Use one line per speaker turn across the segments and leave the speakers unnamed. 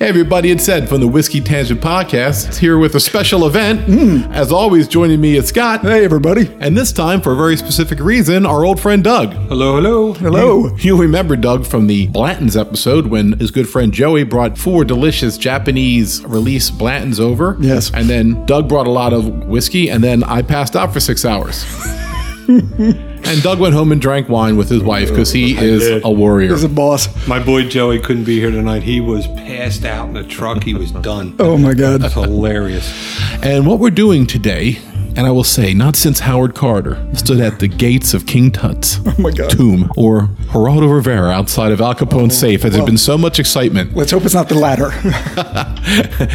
everybody, it's Ed from the Whiskey Tangent Podcast. It's here with a special event. Mm, As always, joining me is Scott.
Hey, everybody.
And this time, for a very specific reason, our old friend Doug.
Hello, hello.
Hello.
You remember Doug from the Blanton's episode when his good friend Joey brought four delicious Japanese release Blanton's over.
Yes.
And then Doug brought a lot of whiskey, and then I passed out for six hours. and Doug went home and drank wine with his wife because he is
did.
a warrior.
There's a boss.
My boy Joey couldn't be here tonight. He was passed out in the truck. He was done.
Oh, my God.
That's hilarious.
And what we're doing today, and I will say, not since Howard Carter stood at the gates of King Tut's
Oh my God. Oh,
tomb or Geraldo Rivera outside of Al Capone's safe, as there's been so much excitement.
Let's hope it's not the latter.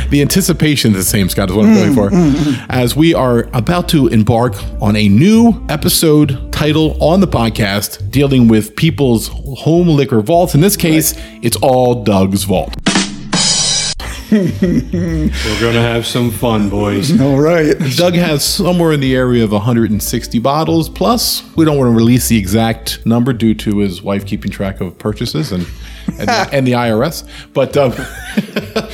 the anticipation is the same, Scott, is what I'm
Mm,
going for. As we are about to embark on a new episode title on the podcast dealing with people's home liquor vaults. In this case, it's all Doug's vault.
We're going to have some fun, boys.
All right.
Doug has somewhere in the area of 160 bottles plus. We don't want to release the exact number due to his wife keeping track of purchases and and, the, and the IRS. But um,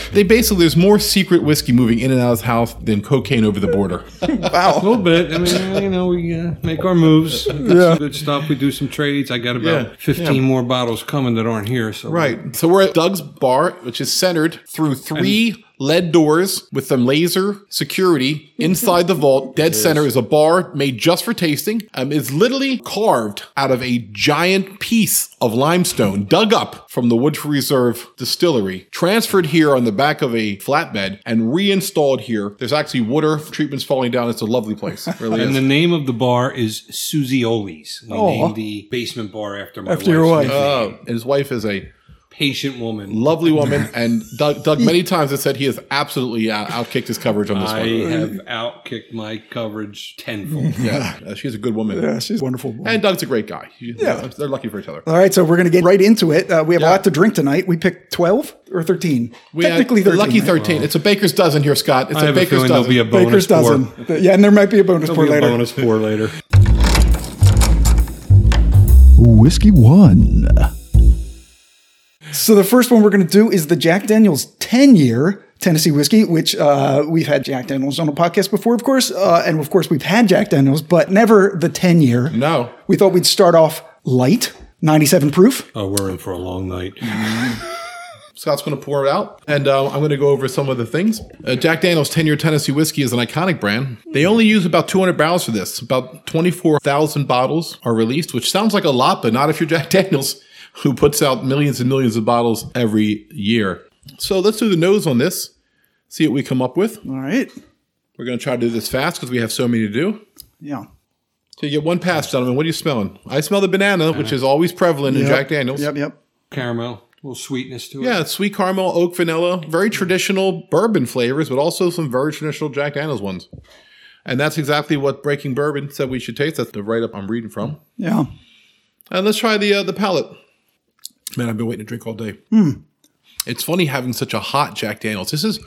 they basically there's more secret whiskey moving in and out of his house than cocaine over the border.
A little bit. I mean, you know, we uh, make our moves.
Yeah.
Some good stuff. We do some trades. I got about
Yeah.
15 more bottles coming that aren't here. So
Right. So we're at Doug's bar, which is centered through three lead doors with some laser security inside the vault. Dead center is a bar made just for tasting. Um, it's literally carved out of a giant piece of limestone dug up from the Woodford Reserve distillery, transferred here on the back of a flatbed, and reinstalled here. There's actually water treatments falling down. It's a lovely place. It really
And
is.
the name of the bar is Susie Oli's. We
Aw.
named the basement bar after my
After your
wife's
wife.
name.
Oh, and his wife is a
patient woman.
lovely woman. And Doug, Doug many times has said he has absolutely uh, outkicked his coverage on this
I
one.
have outkicked my coverage tenfold.
Yeah, uh, she's a good woman.
Yeah, she's wonderful.
And Doug's a great guy. You-
Yeah. Uh,
They're lucky for each other.
All right, so we're going to get right into it. Uh, we have a lot to drink tonight. We picked 12 or 13.
We had
Technically 13.
Lucky
right?
13. It's a baker's dozen here, Scott. It's
I
a
have a
baker's
feeling there'll
dozen.
be a
Baker's
bonus pour.
dozen. Yeah, and there might be a bonus pour
There'll be a
later.
bonus pour later.
Whiskey One.
So the first one we're going to do is the Jack Daniels 10 year Tennessee whiskey, which uh, we've had Jack Daniels on a podcast before, of course. Uh, and of course, we've had Jack Daniels, but never the 10 year.
No.
We thought we'd start off light, 97 proof.
Oh, we're in for a long night.
Scott's going to pour it out, and uh, I'm going to go over some of the things. Uh, Jack Daniel's 10 year Tennessee whiskey is an iconic brand. They only use about 200 barrels for this. About 24,000 bottles are released, which sounds like a lot, but not if you're Jack Daniel's, who puts out millions and millions of bottles every year. So let's do the nose on this, see what we come up with.
All right.
We're going to try to do this fast because we have so many to do.
Yeah.
So you get one pass, gentlemen. What are you smelling? I smell the banana, which is always prevalent in Jack Daniels.
Yep, yep.
Caramel, a little sweetness to it.
Yeah, it's sweet caramel, oak, vanilla, very traditional bourbon flavors, but also some very traditional Jack Daniels ones. And that's exactly what Breaking Bourbon said we should taste. That's the write up I'm reading from.
Yeah.
And let's try the uh, the palate. Man, I've been waiting to drink all day.
Hmm.
It's funny having such a hot Jack Daniels. This is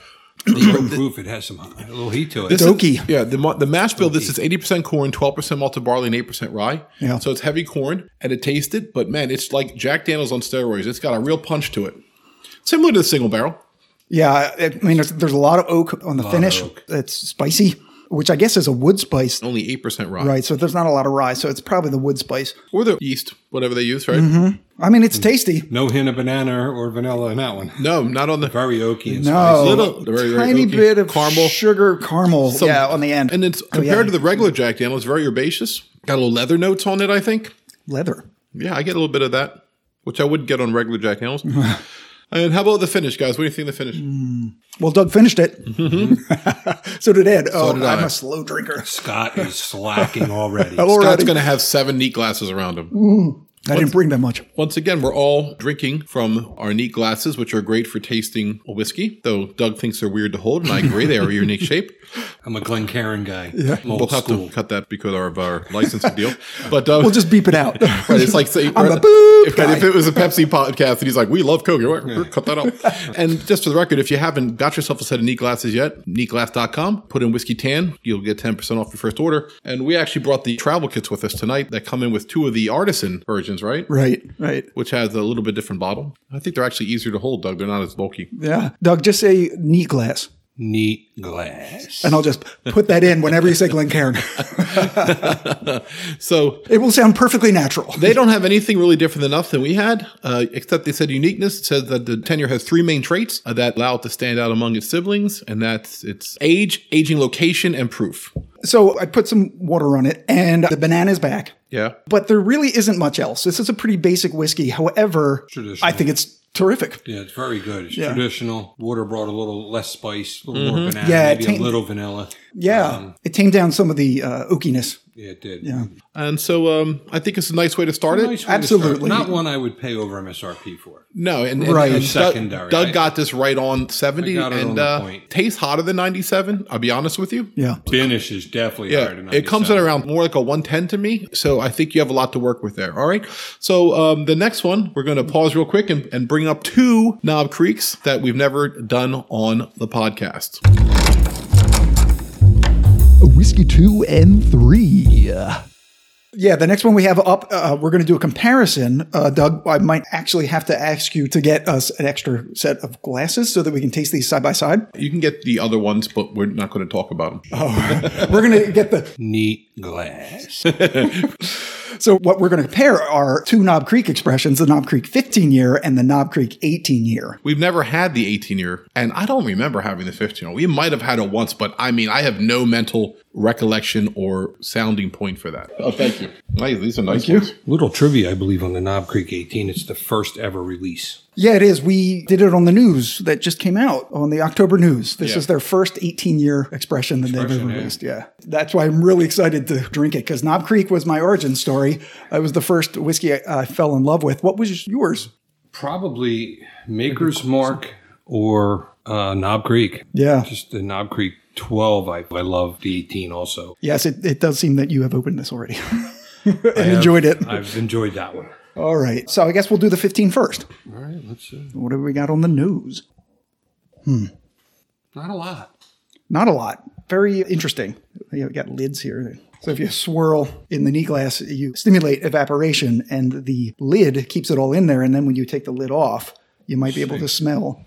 Even proof it has some a little heat to it.
This
Dokey.
Is, yeah, the, mo- the mash bill, this is 80% corn, 12% malted barley, and 8% rye.
Yeah.
So it's heavy corn, and it tasted, but man, it's like Jack Daniels on steroids. It's got a real punch to it. Similar to the single barrel.
Yeah. I I mean, there's, there's a lot of oak on the finish.
oak.
It's spicy, which I guess is a wood spice.
Only 8% rye.
Right. So there's not a lot of rye. So it's probably the wood spice.
Or the yeast, whatever they use, right?
Mm-hmm. I mean,
Hmm.
it's tasty.
No hint of banana or vanilla in that one.
No, not on the
Very oaky and
No,
spicy.
little- very, very
tiny
oaky.
bit of
Caramel.
sugar caramel.
Some-
yeah, on the end,
And it's
Oh, yeah.
compared to the regular Jack Daniels, very herbaceous. Got a little leather notes on it, I think.
leather.
Yeah, I get a little bit of that, which I would get on regular Jack Daniels. and how about the finish, guys? What do you think of the finish?
Mm. Well, Doug finished it. so did Ed. oh,
Mm-hmm. did
I'm
I.
a slow drinker.
Scott is slacking already.
Scott's
Already,
going to have seven neat glasses around him.
I didn't bring that much.
Once again, we're all drinking from our neat glasses, which are great for tasting whiskey, though Doug thinks they're weird to hold, and I agree, they are a unique shape.
I'm a Glencairn guy. Yeah. I'm
We'll
old
have
school.
to cut that because of our licensing deal. But uh,
We'll just beep it out.
right, it's like say,
I'm a boop
if,
guy.
if it was a Pepsi podcast and he's like, we love Coke, you're like, cut that out. and just for the record, if you haven't got yourself a set of neat glasses yet, neatglass.com, put in whiskey tan, you'll get 10% off your first order. And we actually brought the travel kits with us tonight that come in with two of the artisan versions editions, right?
Right, right.
Which has a little bit different bottle. I think they're actually easier to hold, Doug. They're not as bulky.
Yeah. Doug, just say neat glass.
Neat glass.
And I'll just put that in whenever you say Glencairn.
So
it will sound perfectly natural.
They don't have anything really different than us than we had, uh, except they said uniqueness. It says that the tenure has three main traits uh, that allow it to stand out among its siblings, and that's its age, aging location, and proof.
So I put some water on it and the banana's back.
Yeah.
But there really isn't much else. This is a pretty basic whiskey. However,
Traditional.
I think it's terrific.
Yeah, it's very good. It's
Yeah.
traditional. Water brought a little less spice, a little more banana,
Yeah, it
maybe
tamed-
a little vanilla.
Yeah. it tamed down some of the uh, oakiness.
Yeah, it did.
Yeah.
And so um, I think it's a nice way to start it.
Nice way to start.
Absolutely.
Not one I would pay over MSRP for.
No, and, and-
Right.
and Doug-
Secondary.
Doug, got this right on 70
I got it
and
on the
uh,
point.
tastes hotter than 97. I'll be honest with you.
Yeah.
Finish is definitely higher than
Yeah, it comes in
97.
around more like a 110 to me. So I think you have a lot to work with there. All right. So um, the next one, we're going to pause real quick and, and bring up two Knob Creeks that we've never done on the podcast.
Whiskey 2 and 3.
Yeah, the next one we have up, uh, we're going to do a comparison. Uh, Doug, I might actually have to ask you to get us an extra set of glasses so that we can taste these side by side.
You can get the other ones, but we're not going to talk about Uh, them.
We're going to get the.
neat glass.
So, what we're going to compare are two Knob Creek expressions the Knob Creek 15 year and the Knob Creek 18 year.
We've never had the 18 year, and I don't remember having the 15 year. We might have had it once, but I mean, I have no mental recollection or sounding point for that. Oh, thank you. Nice. These are nice. ones.
little trivia, I believe, on the Knob Creek 18. It's the first ever release.
Yeah, it is. We did it on the news that just came out on the October news. This
Yeah.
is their first 18 year expression that they've ever
yeah.
released. Yeah. That's why I'm really excited to drink it because Knob Creek was my origin story. It was the first whiskey I, I fell in love with. What was yours?
Probably Maker's Mark or uh, Knob Creek.
Yeah.
Just the Knob Creek 12. I, I love the 18 also.
Yes, it, it does seem that you have opened this already and enjoyed it.
I've enjoyed that one.
All right. So I guess we'll do the 15 first.
All right, let's uh, see.
What have we got on the news?
Not a lot.
Not a lot. Very interesting. You got lids here. So if you swirl in the knee glass, you stimulate evaporation, and the lid keeps it all in there. And then when you take the lid off, you might be able to smell.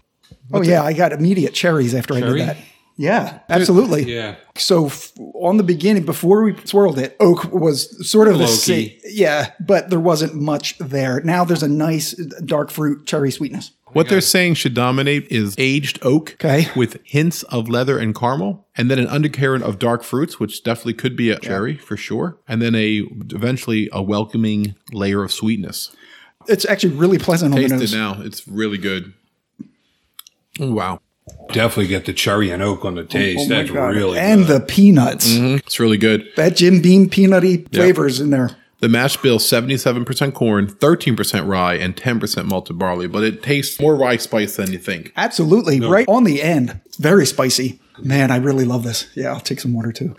Oh yeah, I got immediate cherries after
Cherry?
I did that. Yeah, absolutely.
Yeah.
So f- on the beginning, before we swirled it, oak was sort of the same.
Low-key.
Yeah, but there wasn't much there. Now there's a nice dark fruit cherry sweetness.
What they're saying should dominate is aged oak
Okay.
with hints of leather and caramel, and then an undercurrent of dark fruits, which definitely could be a cherry for sure, and then a eventually a welcoming layer of sweetness.
It's actually really pleasant on the
Taste
nose.
it now; it's really good. Oh, Wow,
Definitely get the cherry and oak on the taste.
Oh my
That's
God.
really
and
good. Mm.
the peanuts.
it's really good.
That Jim Beam peanutty flavors in there.
The mash bill: seventy-seven percent corn, thirteen percent rye, and ten percent malted barley. But it tastes more rye spice than you think.
Absolutely. Right on the end. It's very spicy. Man, I really love this. Yeah, I'll take some water too.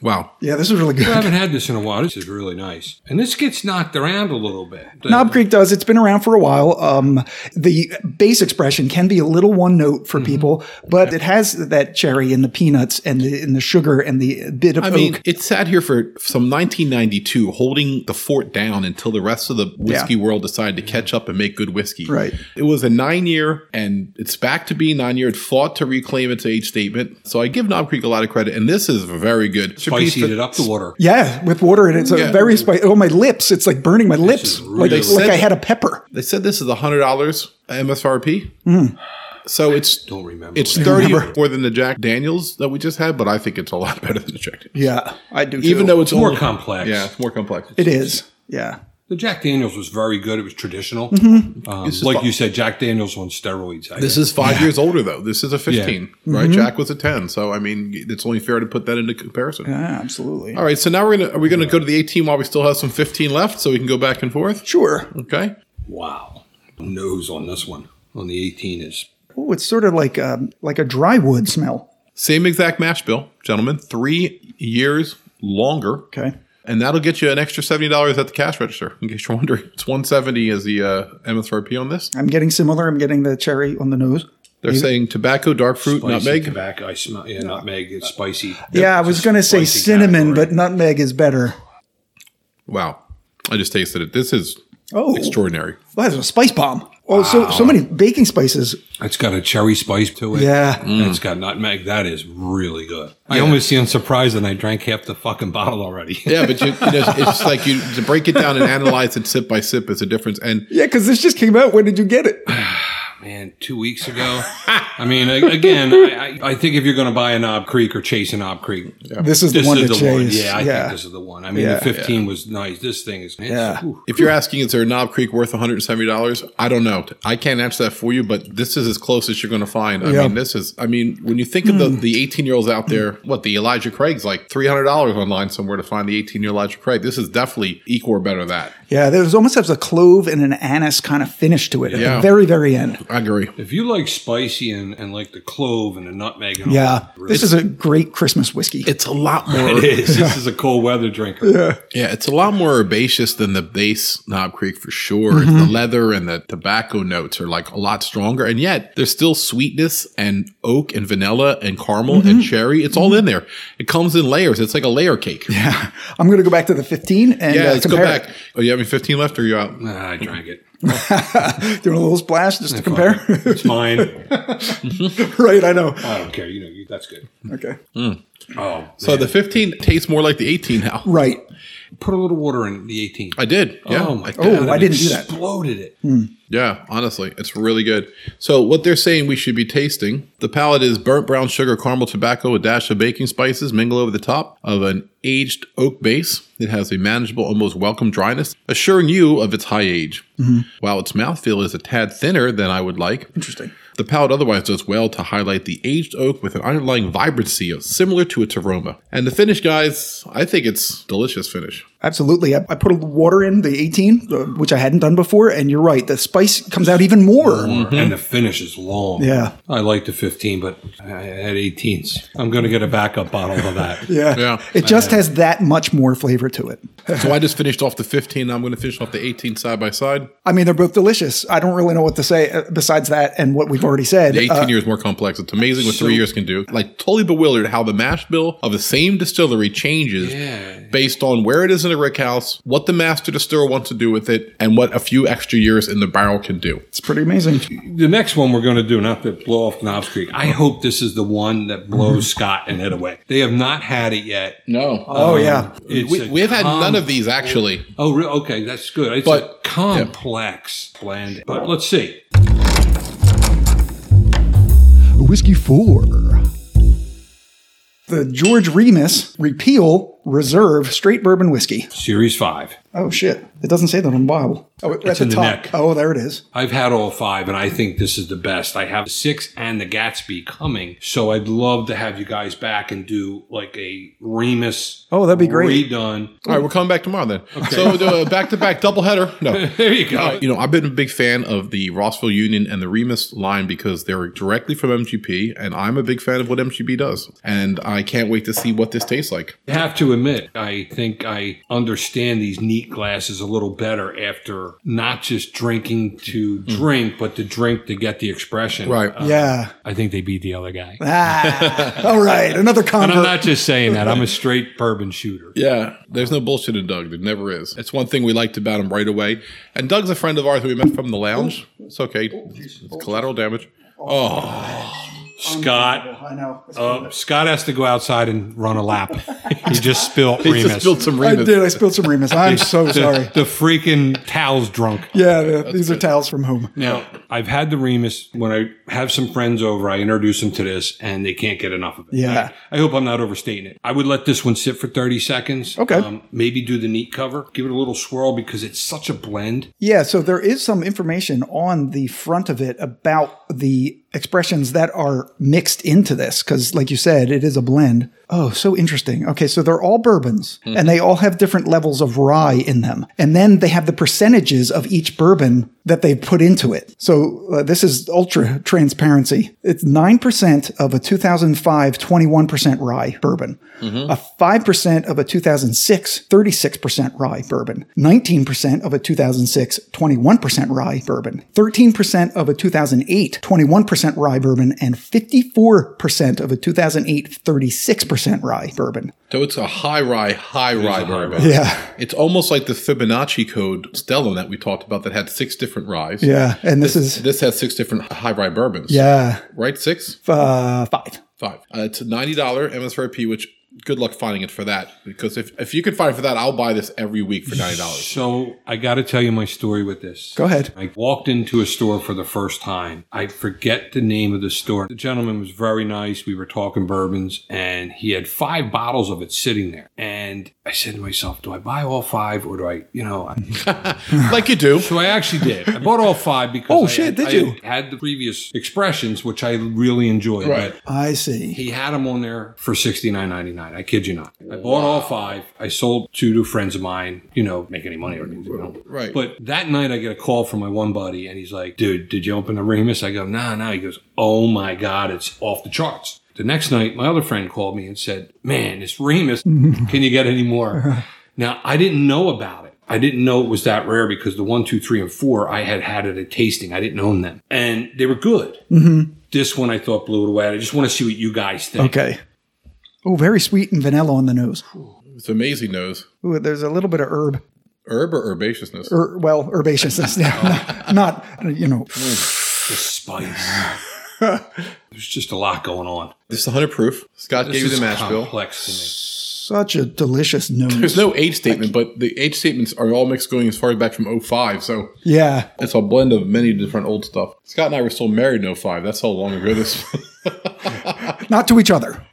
Wow,
Yeah, this is really
I
good.
haven't had this in a while. This is really nice. And this gets knocked around a little bit. The-
Knob Creek does. It's been around for a while. Um, the base expression can be a little one note
Mm-hmm.
for people, but it has that cherry and the peanuts and the, and the sugar and the bit of
I
oak.
mean, it sat here for some 1992, holding the fort down until the rest of the whiskey world decided to catch up and make good whiskey.
Right.
It was a nine year, and it's back to being nine year. It fought to reclaim its age statement. So I give Knob Creek a lot of credit, and this is very good. Should be
Spicied
fa-
it up the water.
yeah, with water and it's a
Yeah.
very spicy. Oh, my lips. It's like burning my lips.
is
like,
really-
like I had a pepper.
They said this is $100 MSRP.
Hmm.
So it's.
Don't remember.
It's thirty more than the Jack Daniels that we just had, but I think it's a lot better than the Jack. Daniels.
Yeah, I do.
Even
too.
though it's
more
only-
complex.
yeah, it's more complex.
it is. Yeah.
The Jack Daniels was very good. It was traditional.
Mm-hmm.
Um, like you said, Jack Daniels on steroids. I
This
guess.
is five years older though. This is a fifteen, right? Jack was a ten, so I mean, it's only fair to put that into comparison.
Yeah, absolutely.
All right, so now we're gonna are we gonna go to the eighteen while we still have some fifteen left, so we can go back and forth.
Sure.
Okay,
wow. Nose on this one. On the 18 is
Oh, it's sort of like a, like a dry wood smell.
same exact mash bill, gentlemen. Three years longer,
Okay.
and that'll get you an extra seventy dollars at the cash register. In case you're wondering, it's one seventy is the uh, MSRP on this.
I'm getting similar. I'm getting the cherry on the nose.
They're saying tobacco, dark fruit,
spicy
nutmeg.
Tobacco. I smell. Yeah, nutmeg. It's spicy.
yeah, I was going to say
spicy
cinnamon,
category.
but nutmeg is better.
Wow, I just tasted it. This is
Oh,
Extraordinary.
Well, that's a spice bomb. Oh, so so many baking spices.
It's got a cherry spice to it.
Yeah. Mm.
And it's got nutmeg. That is really good. I almost seem surprised that I drank half the fucking bottle already.
Yeah, but you, you know, it's just like you to break it down and analyze it sip by sip is a difference. And
Yeah, because this just came out. When did you get it?
Man, two weeks ago. I mean, a- again, I, I, I think if you're going to buy a Knob Creek or chase a Knob Creek,
This is the one that
one.
changed.
Yeah, I
yeah.
think this is the one. I mean,
Yeah.
the 15 was nice. This thing is.
Yeah.
Ooh.
if you're asking, is there a Knob Creek worth $170? I don't know. I can't answer that for you, but this is as close as you're going to find. I
Yeah.
mean, this is, I mean, when you think of the, the 18 year olds out there, what the Elijah Craig's like $300 online somewhere to find the 18 year Elijah Craig. This is definitely equal or better than that.
yeah, there's almost has a clove and an anise kind of finish to it at
Yeah.
the very, very
Oh,
end.
I agree.
If you like spicy and, and like the clove and the nutmeg and all
Yeah.
that, really-
This is a great Christmas whiskey.
It's a lot more.
it is. This is a cold weather drinker.
Yeah, it's a lot more herbaceous than the base Knob Creek for sure. The
Mm-hmm.
leather and the tobacco notes are like a lot stronger, and yet there's still sweetness and oak and vanilla and caramel
Mm-hmm.
and cherry. It's all in there. It comes in layers. It's like a layer cake. Yeah,
I'm going to go back to the 15 and uh,
let's go
compare.
back. Oh, you have me 15 left, or are you out?
Nah, I drank it.
Doing a little splash just to compare.
It's mine.
right, I know.
I don't care. You know, you, that's good.
Okay.
Oh,
So the 15 tastes more like the 18 now.
Right.
put a little water in the 18.
I did. Yeah.
Oh my
I
god!
did.
I
it
didn't do that. Mm-hmm.
Exploded it.
Yeah, honestly, it's really good. So, what they're saying we should be tasting the palate is burnt brown sugar, caramel, tobacco, a dash of baking spices mingle over the top of an aged oak base. It has a manageable, almost welcome dryness, assuring you of its high age. While its mouthfeel is a tad thinner than I would like,
Interesting.
the palate otherwise does well to highlight the aged oak with an underlying vibrancy of- similar to its aroma. And the finish, guys, I think it's delicious finish.
Absolutely. I, I put a little water in the 18, uh, which I hadn't done before. And you're right. The spice comes out even more.
And the finish is long.
Yeah.
I like the 15, but I had 18s. I'm going to get a backup bottle of that.
Yeah.
Yeah.
It just has that much more flavor to it.
So I just finished off the 15. I'm going to finish off the 18 side by side.
I mean, they're both delicious. I don't really know what to say uh, besides that and what we've already said.
The 18
Uh,
years more complex. It's amazing what three years can do. Like totally bewildered how the mash bill of the same distillery changes
Yeah.
based on where it is in the rick house, what the master distiller wants to do with it, and what a few extra years in the barrel can do.
it's pretty amazing.
The next one we're going to do, not to blow off Knobs Creek, I hope this is the one that blows
Mm-hmm.
Scott and it away. They have not had it yet.
No,
Oh, yeah.
It's
we,
a
we've had
com-
none of these actually.
Oh, re- okay. That's good. It's
But-
a complex blend. But let's see.
Whiskey 4.
The George Remus Repeal Reserve Straight Bourbon Whiskey.
Series 5.
Oh, shit. It doesn't say that on the bottle. Oh, it- that's a
in the
top.
neck. Uh-huh.
Oh, there it is.
I've had all five, and I think this is the best. I have the six and the Gatsby coming, so I'd love to have you guys back and do like a Remus.
Oh, that'd be great.
Redone.
All right, we're coming back tomorrow then. So we'll do a back to back double header. No.
There you go.
You know, I've been a big fan of the Rossville Union and the Remus line because they're directly from MGP, and I'm a big fan of what MGP does. And I can't wait to see what this tastes like.
I have to admit, I think I understand these neat glasses a little better after not just drinking
Hmm.
to drink, but to drink to get the expression.
Right.
Uh,
Yeah.
I think they beat the other guy.
Ah, all right. Another
And
convert.
I'm not just saying that. I'm a straight bourbon shooter.
Yeah, there's no bullshit in Doug. There never is. It's one thing we liked about him right away. And Doug's a friend of ours. We met from the lounge. It's okay. It's collateral damage. Oh,
Scott,
I know.
uh, Scott has to go outside and run a lap. he just spilled
He
Remus.
just spilled some
I
Remus.
did. I spilled some Remus. I'm so
the,
sorry.
The freaking towel's drunk.
Yeah, the, these are towels from home.
Now, I've had the Remus. When I have some friends over, I introduce them to this and they can't get enough of it.
Yeah.
I, I hope I'm not overstating it. I would let this one sit for 30 seconds. Um,
Okay.
maybe do the neat cover, give it a little swirl because it's such a blend.
Yeah, so there is some information on the front of it about the expressions that are mixed into this because, like you said, it is a blend. Oh, so interesting. Okay, so they're all bourbons and they all have different levels of rye in them. And then they have the percentages of each bourbon that they've put into it. So uh, this is ultra transparency. It's 9% of a 2005 21% rye bourbon, a 5% of a 2006 36% rye bourbon, 19% of a 2006 21% rye bourbon, 13% of a 2008 21% rye bourbon, and 54% of a 2008 36% rye bourbon.
So it's a high rye, high rye
a high
bourbon.
rye.
Yeah.
It's almost like the Fibonacci code Stella that we talked about that had six different ryes.
Yeah. And this, is,
This has six different high rye bourbons.
yeah,
Right? Six?
uh, five.
Five. Uh, it's a $90 MSRP, which good luck finding it for that. Because if, if you can find it for that, I'll buy this every week for $90.
So I got to tell you my story with this.
Go ahead.
I walked into a store for the first time. I forget the name of the store. The gentleman was very nice. We were talking bourbons and he had five bottles of it sitting there. And I said to myself, do I buy all five or do I, you know, I,
like you do.
so I actually did. I bought all five because
Oh,
I
shit,
had,
did
I
you?
had the previous expressions, which I really enjoyed.
Right.
But
I see.
he had them on there for sixty nine ninety nine. I kid you not. I bought all five. I sold two to friends of mine. You know, make any money or anything. you know.
Right.
But that night, I get a call from my one buddy, and he's like, "Dude, did you open the Remus?" I go, "Nah, nah." He goes, "Oh my god, it's off the charts." The next night, my other friend called me and said, "Man, it's Remus. Can you get any more?" Now, I didn't know about it. I didn't know it was that rare because the one, two, three, and four I had had at a tasting. I didn't own them, and they were good. This one I thought blew it away. I just want to see what you guys think.
Okay. Oh, very sweet and vanilla on the nose.
It's amazing nose.
Ooh, there's a little bit of herb,
Herb or herbaceousness?
er, well, herbaceousness. Yeah, not you know.
The spice. There's just a lot going on.
This is 100 proof. Scott
This
gave you
is
the mash bill.
complex to me.
Such a delicious nose.
There's no age statement, but the age statements are all mixed going as far back from 05. So
Yeah,
it's a blend of many different old stuff. Scott and I were still married in 05. That's how long ago this
not to each other.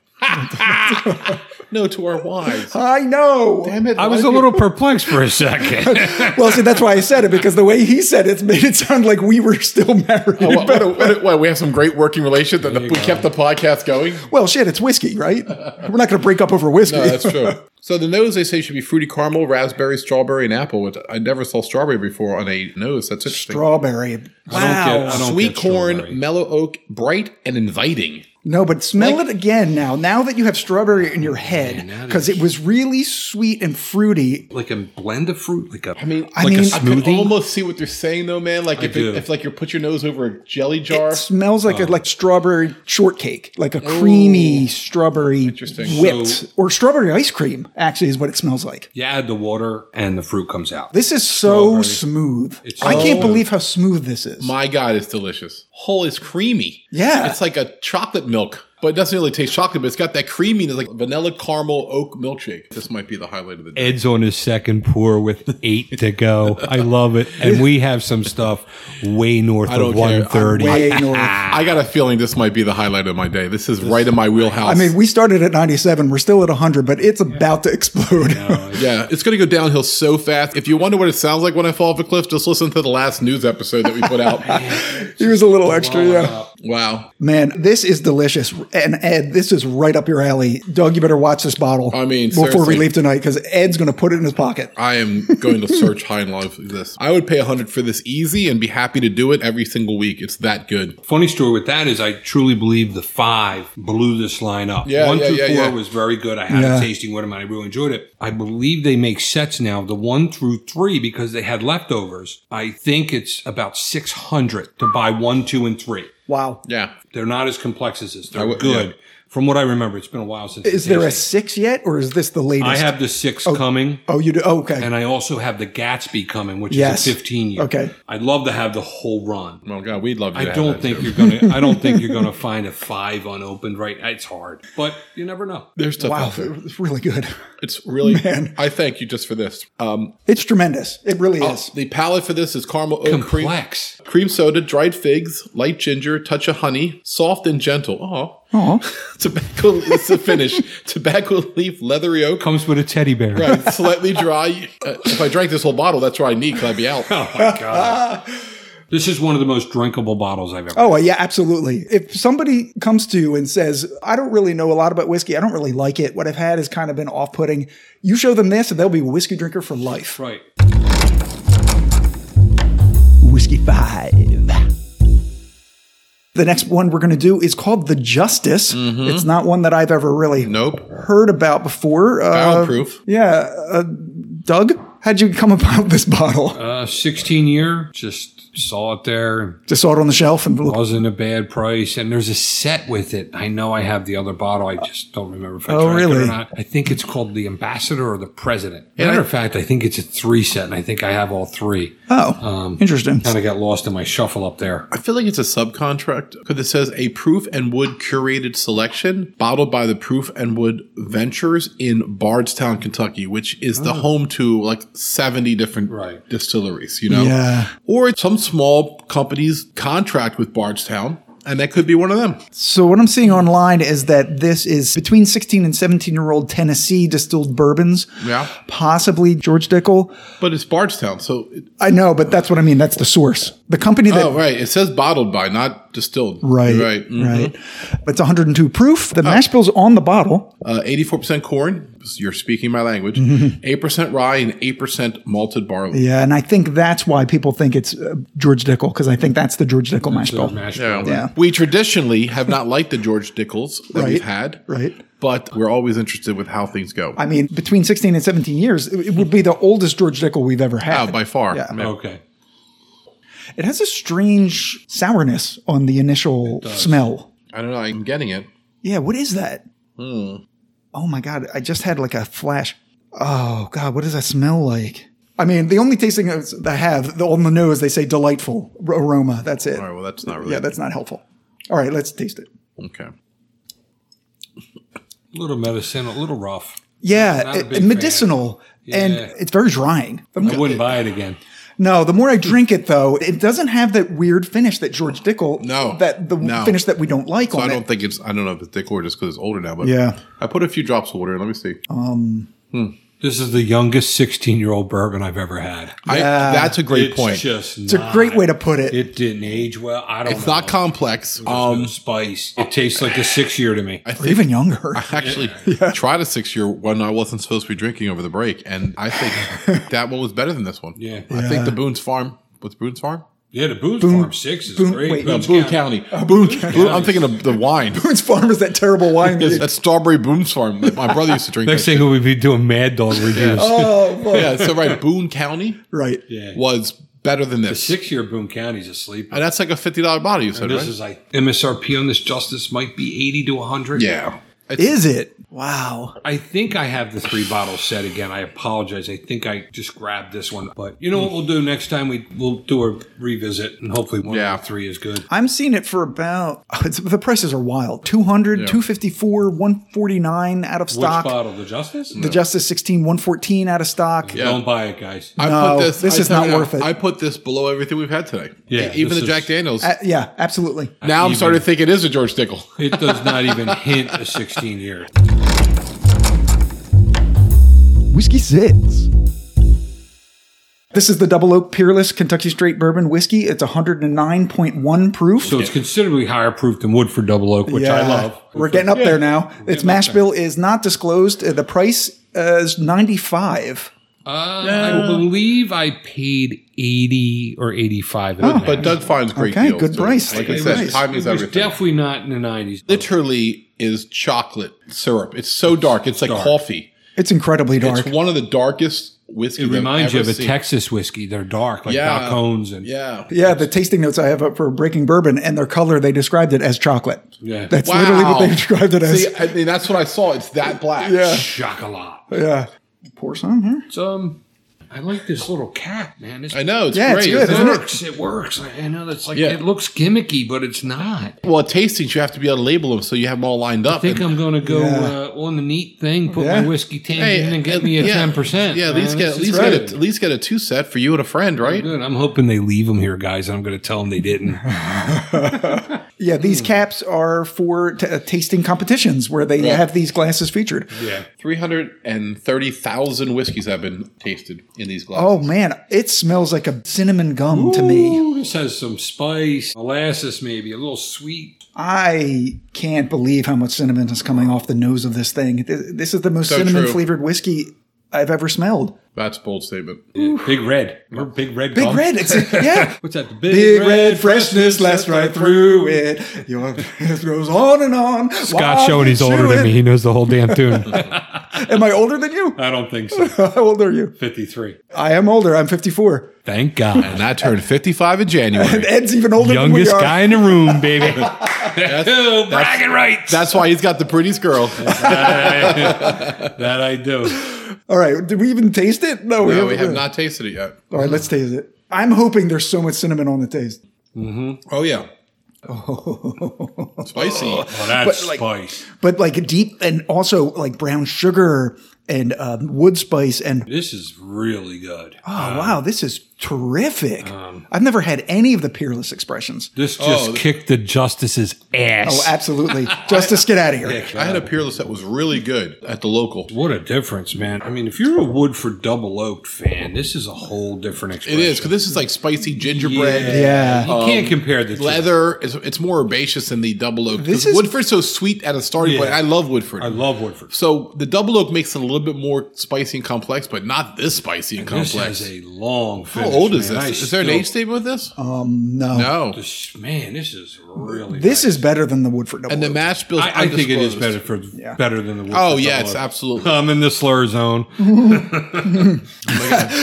No, to our wives.
I know.
Damn it.
I was a
why do
little perplexed for a second.
Well, see, that's why I said it because the way he said it made it sound like we were still married.
you- What, what, what, what, we have some great working relationship that the, we kept the podcast going.
well, shit, it's whiskey, right? We're not going to break up over whiskey.
No, that's true. So the nose they say should be fruity caramel, raspberry, strawberry, and apple. Which I never saw strawberry before on a nose. That's interesting.
Strawberry.
I don't get, I don't
Sweet
get
corn,
strawberry.
mellow oak, bright and inviting.
No, but smell it again now. Now that you have strawberry in your head,
now that
because it was really sweet and fruity.
like a blend of fruit, like a I
mean-
like
I mean-
a
I can
smoothie.
almost see what they're saying though, man. Like if,
do.
it, if like you put your nose over a jelly jar,
It smells
Oh.
like a like strawberry shortcake, like a creamy strawberry whipped
So-
or strawberry ice cream. Actually, is what it smells like.
you add the water and the fruit comes out.
This is so smooth.
It's
I
so
can't
smooth.
believe how smooth this is.
my god, it's delicious. Whole is creamy.
Yeah.
it's like a chocolate milk, but it doesn't really taste chocolate. But it's got that creaminess, like vanilla caramel oak milkshake. This might be the highlight of the day.
Ed's on his second pour with eight to go. I love it. And we have some stuff way north
don't
of
care. I'm
130.
Way north.
I got a feeling this might be the highlight of my day. This is right in my wheelhouse.
I mean, we started at 97. We're still at 100, but it's about to explode.
yeah, it's going to go downhill so fast. If you wonder what it sounds like when I fall off a cliff, just listen to the last news episode that we put out.
he was a little extra, yeah.
wow.
Man, this is delicious. And Ed, this is right up your alley. Doug, you better watch this bottle.
I mean,
before
seriously.
we leave tonight, because Ed's going to put it in his pocket.
I am going to search high and low for this. I would pay 100 for this easy and be happy to do it every single week. It's that good.
Funny story with that is I truly believe the five blew this line up.
Yeah,
one
yeah,
through
yeah,
four
yeah.
was very good. I had
Yeah.
a tasting with them and I really enjoyed it. I believe they make sets now, the one through three, because they had leftovers. I think it's about 600 to buy one, two, and three.
Wow.
Yeah.
They're not as complex as this. They're
would-
good. From what I remember, it's been a while since.
Is
the
there a
tasting.
six yet, or is this the latest?
I have the six coming.
Oh, you do? oh, okay.
And I also have the Gatsby coming, which
Yes.
is a 15 year.
Okay.
I'd love to have the whole run.
Oh, God, we'd love you.
I
to have
don't
that
think
too.
you're gonna. I don't think you're gonna find a five unopened. Right, it's hard, but you never know.
There's stuff
wow,
out there.
it's really good.
It's really,
Man.
I thank you just for this. Um,
It's tremendous. It really
Oh.
is.
The palette for this is caramel oak cream.
Complex.
Cream soda, dried figs, light ginger, touch of honey, soft and gentle. Oh, tobacco. It's the finish. tobacco leaf, leathery oak.
Comes with a teddy bear.
Right, slightly dry. Uh, if I drank this whole bottle, that's what I need because I'd be out.
Oh my god. this is one of the most drinkable bottles I've ever.
Oh, yeah, absolutely. If somebody comes to you and says, I don't really know a lot about whiskey, I don't really like it, what I've had has kind of been off putting, you show them this and they'll be a whiskey drinker for life.
Right.
Whiskey 5.
The next one we're going to do is called The Justice.
Mm-hmm.
It's not one that I've ever really
Nope.
heard about before.
Barrel
Uh,
proof.
yeah. Uh, Doug, how'd you come about this bottle?
Uh, 16 year, just saw it there.
Just saw it on the shelf and looked.
Wasn't a bad price. And there's a set with it. I know I have the other bottle. I just don't remember if I
Oh,
tried it
really?
or not. I think it's called the Ambassador or the President. Matter of fact, I think it's a three set, and I think I have all three.
Oh,
um,
interesting.
Kind of got lost in my shuffle up there.
I feel like it's a subcontract because it says a proof and wood curated selection bottled by the Proof and Wood Ventures in Bardstown, Kentucky, which is the home to like 70 different
Right.
distilleries, you know?
Yeah.
Or some small companies contract with Bardstown, and that could be one of them.
So what I'm seeing online is that this is between 16 and 17 year old Tennessee distilled bourbons.
Yeah.
Possibly George Dickel.
But it's Bardstown, so it,
I know, but that's what I mean. That's the source. The company that
oh right, it says bottled by, not distilled.
Right.
You're right, Mhm.
Right. It's 102 proof. The mash bill's on the bottle.
Uh, 84% corn. You're speaking my language. 8% rye and 8% malted barley.
Yeah. And I think that's why people think it's uh, George Dickel, because I think that's the George Dickel mash bill.
Mash
Yeah.
bill.
Yeah.
We traditionally have not liked the George Dickels that
Right.
we've had.
Right.
But we're always interested with how things go.
I mean, between 16 and 17 years, it it would be the oldest George Dickel we've ever
Oh,
had.
by far.
Yeah.
Yeah.
Okay.
it has a strange sourness on the initial smell.
I don't know. I'm getting it.
Yeah, what is that?
Hmm.
Oh my god, I just had like a flash. Oh god, what does that smell like? I mean, the only tasting notes that I have the- on the nose, they say delightful r- aroma. That's it.
All right. Well, that's not really.
Yeah, that's not helpful. All right, let's taste it.
Okay.
A little medicine, a little rough.
Yeah,
Not a
it-
big
medicinal. And
Yeah.
it's very drying.
I wouldn't buy it again.
No, the more I drink it, though, it doesn't have that weird finish that George Dickel.
No,
that the
no.
finish that we don't like
So
on
I
it.
don't think it's, I don't know if it's Dick or just because it's older now, but
Yeah. Oh,
I put a few drops of water in. Let me see.
This is the youngest 16 year old bourbon I've ever had.
I, that's a great
It's
point.
just
it's a
Ah,
great way to put it.
It didn't age well. I don't
it's
know.
not complex.
um, spice. It tastes like a six year to me.
I
or
think
even younger.
actually tried a six year one I wasn't supposed to be drinking over the break, and I think that one was better than this one.
Yeah.
I think the Boone's Farm was Boone's Farm.
Yeah, the Boone, Farm Six is
Boone-
great.
wait,
No,
Boone's
Boone
County.
County.
Oh,
Boone, Boone- I'm thinking of the wine.
Boone's Farm is that terrible wine.
Yes, that's Strawberry Boone's Farm. My brother used to drink.
Next
that
thing we'll be doing Mad Dog reviews.
oh,
shit.
well,
yeah. So right, Boone County
right.
was better than
The
this,
six year Boone County's a sleeper.
and that's like a fifty dollar bottle. You said
This
right?
is like MSRP on this justice might be 80 to 100.
yeah. It's,
Is it? Wow.
I think I have the three bottle set again. I apologize. I think I just grabbed this one. But you know what we'll do next time? We, we'll do a revisit and hopefully one
Yeah.
of the three is good.
I'm seeing it for about it's, the prices are wild. 200, 254, 149 out of stock.
Which bottle? The Justice?
The Justice 16, 114 out of stock.
Yeah.
Don't buy it, guys.
I
No, this is
tell
not
you now,
worth it.
I put this below everything we've had today.
Yeah,
even
this
the Jack
is-
Daniels.
Uh, yeah, absolutely.
now I'm
even-
starting to think it is a George Dickel.
It does not even hint a 16 year.
Whiskey 6.
This is the Double Oak Peerless Kentucky Straight Bourbon Whiskey. It's 109.1 proof.
So it's considerably higher proof than Woodford Double Oak, which I
Yeah.
love.
We're getting up
Yeah.
there now. Its mash bill is not disclosed. Uh, The price uh, is 95.
Uh, I believe I paid 80 or 85. Oh,
But Doug finds great
Okay,
deals.
good
too.
price.
Like I
Good
said,
price.
time
it was
is everything.
definitely not in the 90s.
Literally is chocolate syrup. It's so dark. It's like coffee.
It's incredibly dark.
It's one of the darkest whiskey.
It
I've
reminds you of
ever
a
seen.
Texas whiskey. They're dark, like
Yeah.
Doc Cones and
Yeah.
Yeah, the tasting notes I have up for Breaking Bourbon and their color, they described it as chocolate.
Yeah.
That's literally what they described it as.
See, I mean, that's what I saw. It's that black.
yeah,
chocolate.
yeah. Pour some here.
It's, um, I like this little cap, man. It's,
I know. It's
Yeah, it's
great.
good,
isn't
isn't
it?
It
know.
works. It works. I I know that's like,
Yeah.
it looks gimmicky, but it's not.
Well, at tastings, you have to be able to label them so you have them all lined up.
I think
And-
I'm going to go
Yeah.
uh, on the neat thing, put
Yeah.
my whiskey tank
Hey,
in and get
at-
me a
yeah.
10%.
Yeah, at
man.
least get
This
at
is
least
good.
get a, at least get a two set for you and a friend, right?
Good. I'm hoping they leave them here, guys. I'm going to tell them they didn't.
Yeah, these caps are for t- uh, tasting competitions where they have these glasses featured.
yeah.
Three hundred and thirty thousand whiskeys have been tasted in these glasses.
Oh man, it smells like a cinnamon gum to me.
Ooh, this has some spice, molasses, maybe a little sweet.
I can't believe how much cinnamon is coming off the nose of this thing. Th- This is the most
So
cinnamon
true.
flavored whiskey I've ever smelled.
That's a bold statement.
Big red. Remember Big red.
Big
gum?
red. It's, uh, yeah.
What's that? The big,
Big red freshness lasts right through it. Your breath goes on and on.
Scott showed he's older than Uh. me. He knows the whole damn tune.
Am I older than you?
I don't think so.
How old are you?
Fifty-three.
I am older. I'm 54.
Thank God.
And I turned 55 in January.
Ed's even older
Youngest
than we are.
guy in the room, baby.
Oh, bragging rights.
That's why he's got the prettiest girl.
that I do. Oh,
All right. Did we even taste it? No, we,
No,
haven't.
we have not tasted it yet.
All right, let's taste it. I'm hoping there's so much cinnamon on the taste.
Oh, yeah. Spicy.
Well, that's
But, like-
spice.
But like deep and also like brown sugar and um, wood spice and
This is really good.
oh wow, this is terrific.
Um,
I've never had any of the peerless expressions.
This just
Oh,
Kick the justice's
Oh,
ass.
absolutely. Justice, get out of here.
I had a peerless that was really good at the local.
What a difference, man. I mean, if you're a Woodford Double Oak fan, this is a whole different
It
experience.
is, because this is like spicy gingerbread.
Yeah.
You can't compare the two.
Leather, it's, it's more herbaceous than the double oak. 'Cause
This is-
Woodford's so sweet at a starting point. I love Woodford.
I love Woodford.
so the double oak makes it a little bit more spicy and complex, but not this spicy and
This
complex.
is a long
How
finish.
old is
man. I
this? Is there an
still-
age statement with this?
Um,
No.
no.
This- Man, this is really.
This
nice.
is better than the Woodford Double.
And the
Oak.
mash bill.
I, I think it is better for better than the. Woodford
Oh yeah,
Double
it's
Oak.
absolutely.
I'm in the slur zone.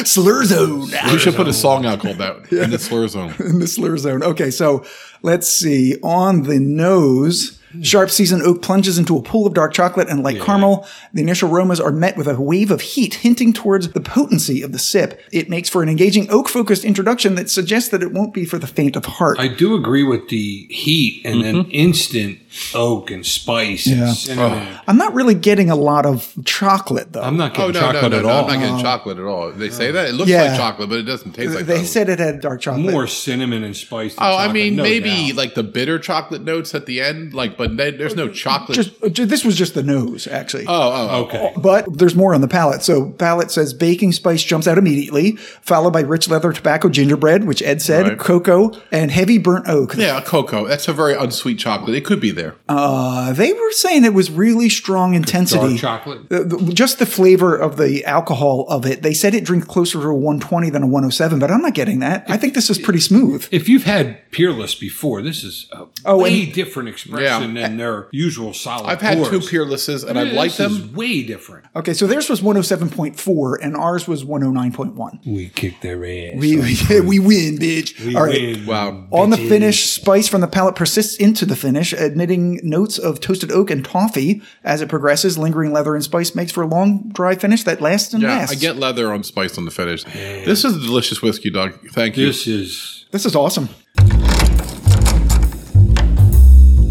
slur zone.
we should put a song out called that in the slur zone.
In the slur zone. Okay, so let's see. On the nose, sharp seasoned oak plunges into a pool of dark chocolate and light caramel. The initial aromas are met with a wave of heat, hinting towards the potency of the sip. It makes for an engaging oak focused introduction that suggests that it won't be for the faint of heart.
I do agree with the heat and
Mm-hmm.
then instant oak and spice. and
Yeah.
cinnamon.
I'm not really getting a lot of chocolate though.
I'm not
Oh no,
getting
no, no,
chocolate
no!
at all. Uh,
I'm not getting chocolate at all. They say that it looks
Yeah.
like chocolate, but it doesn't taste like.
they
chocolate.
said it had dark chocolate.
More cinnamon and spice. Than
Oh, I
chocolate,
mean,
no
maybe
doubt.
like the bitter chocolate notes at the end, like, but they, there's no chocolate.
Just, ju- this was just the nose, actually.
oh, oh,
okay.
But there's more on the palate. So palate says baking spice jumps out immediately, followed by rich leather, tobacco, gingerbread, which Ed said,
Right.
cocoa, and heavy burnt oak.
yeah, cocoa. That's a very unsweet chocolate. It could be there.
Uh, they were saying it was really strong
Dark
intensity.
chocolate.
The- the- Just the flavor of the alcohol of it. They said it drank closer to a 120 than a 107, but I'm not getting that. I think this is pretty smooth.
If you've had Peerless before, this is a
Oh,
way
and-
different expression than their usual solid.
I've had two
pours.
peerlesses, and I've
This
liked
is
them.
way different.
Okay, so theirs was 107.4 and ours was 109.1.
We kicked their ass.
We, we, win, bitch. All right.
Wow.
On the finish, spice from the palate persists into the finish, admitting notes of toasted oak and toffee. As it progresses, lingering leather and spice makes for a long, dry finish that lasts and
Yeah,
lasts.
I get leather on spice on the finish. This is a delicious whiskey, Doug. Thank you.
This is
this is awesome.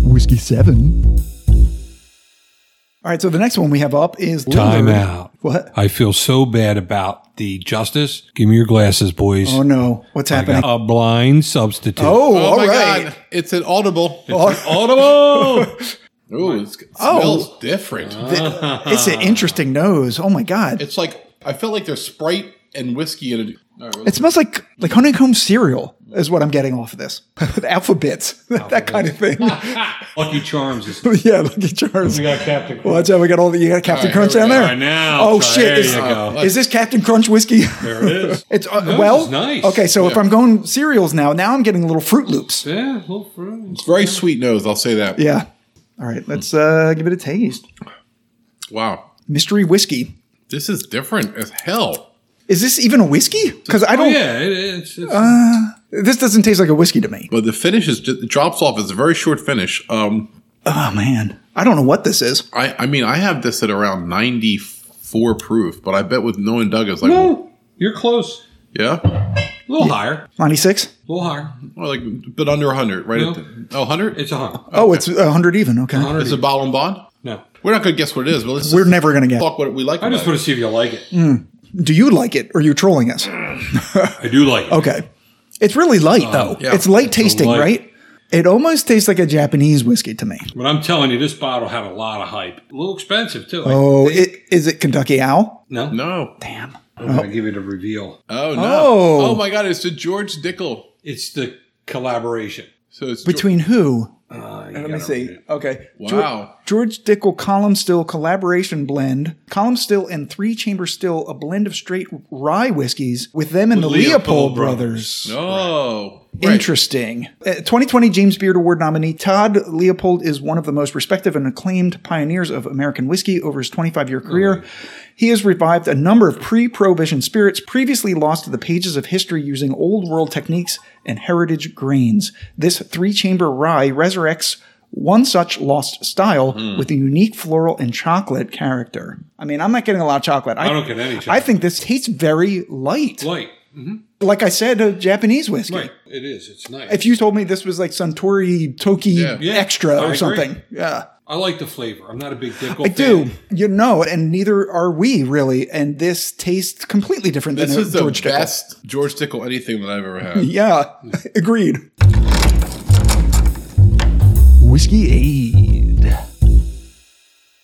Whiskey 7.
All right, so the next one we have up is
time
Lutheran.
out.
What?
I feel so bad about the justice. Give me your glasses, boys.
Oh no, what's happening?
A blind substitute.
Oh,
Oh
all
my
right.
god, it's an audible.
Audible.
Oh.
Ooh, it's, it smells different.
Uh-huh. It's an interesting nose. Oh my god,
It's like I feel like there's Sprite and whiskey in it.
it smells like like honeycomb cereal. Is what I'm getting off of this. the alphabets, that kind of thing.
Lucky Charms is
yeah, Lucky Charms.
got Captain Crunch.
Watch out, we got all the you got Captain
right,
Crunch
here
down
we
there.
All right, now.
oh
so
shit!
There
is,
you go.
is this Captain Crunch whiskey?
There it is.
It's uh,
No,
well,
it's nice.
okay. So if I'm going cereals now, now I'm getting little Fruit Loops.
Yeah, little fruit.
Very sweet nose, I'll say that.
Yeah. All right, let's uh, give it a taste.
Wow.
Mystery whiskey.
This is different as hell.
Is this even a whiskey? Because I
Oh,
don't.
yeah, it, it's, it's
This doesn't taste like a whiskey to me.
But the finish is just, it drops off. It's a very short finish. Um,
Oh man, I don't know what this is.
I I mean I have this at around 94 proof, but I bet with knowing Doug it's like
Oh, you're close.
yeah,
A little higher.
Ninety six.
A little higher.
well, like but under 100, right?
No.
At the, oh, 100.
It's a hundred.
Oh, it's it's hundred even. Okay.
It's a bottle and bond.
No.
We're not gonna guess what it is, but let's
We're
just
never gonna get.
talk what we like.
I just
about
want to see if you like it.
Do you like it? Or are you trolling us?
I do like it.
Okay. It's really light though.
yeah.
It's light tasting,
light.
right? It almost tastes like a Japanese whiskey to me.
But I'm telling you, this bottle had a lot of hype. A little expensive, too.
Oh, it, is it Kentucky Owl?
no?
it. no.
I'm going to give you the reveal.
Oh no.
Oh.
my god, it's a George Dickel.
It's the collaboration.
So it's Geor-
Between who?
Uh, you
Let me
gotta
see.
read it.
Okay.
Wow.
George, George Dickel column still collaboration blend, column still and three chamber still, a blend of straight rye whiskeys with them and the Leopold,
Leopold
brothers.
Oh.
Interesting. Uh, 2020 James Beard Award nominee Todd Leopold is one of the most respected and acclaimed pioneers of American whiskey over his 25 year career. He has revived a number of pre prohibition spirits previously lost to the pages of history using old world techniques and heritage grains. This three chamber rye resurrects one such lost style
Hmm.
with a unique floral and chocolate character. I mean, I'm not getting a lot of chocolate. I,
don't get any
I
chocolate.
think this tastes very light.
Light.
Like I said, a Japanese whiskey
Right. It is. It's nice.
if you told me this was like Suntory Toki
Yeah,
Extra
I
or
agree.
something. Yeah.
I like the flavor. I'm not a big dickle
I
fan.
do. You know, and neither are we really. And this tastes completely different
This
than a
is the
George Dickel.
best George Tickle anything that I've ever had.
Yeah. Agreed.
Whiskey Aid.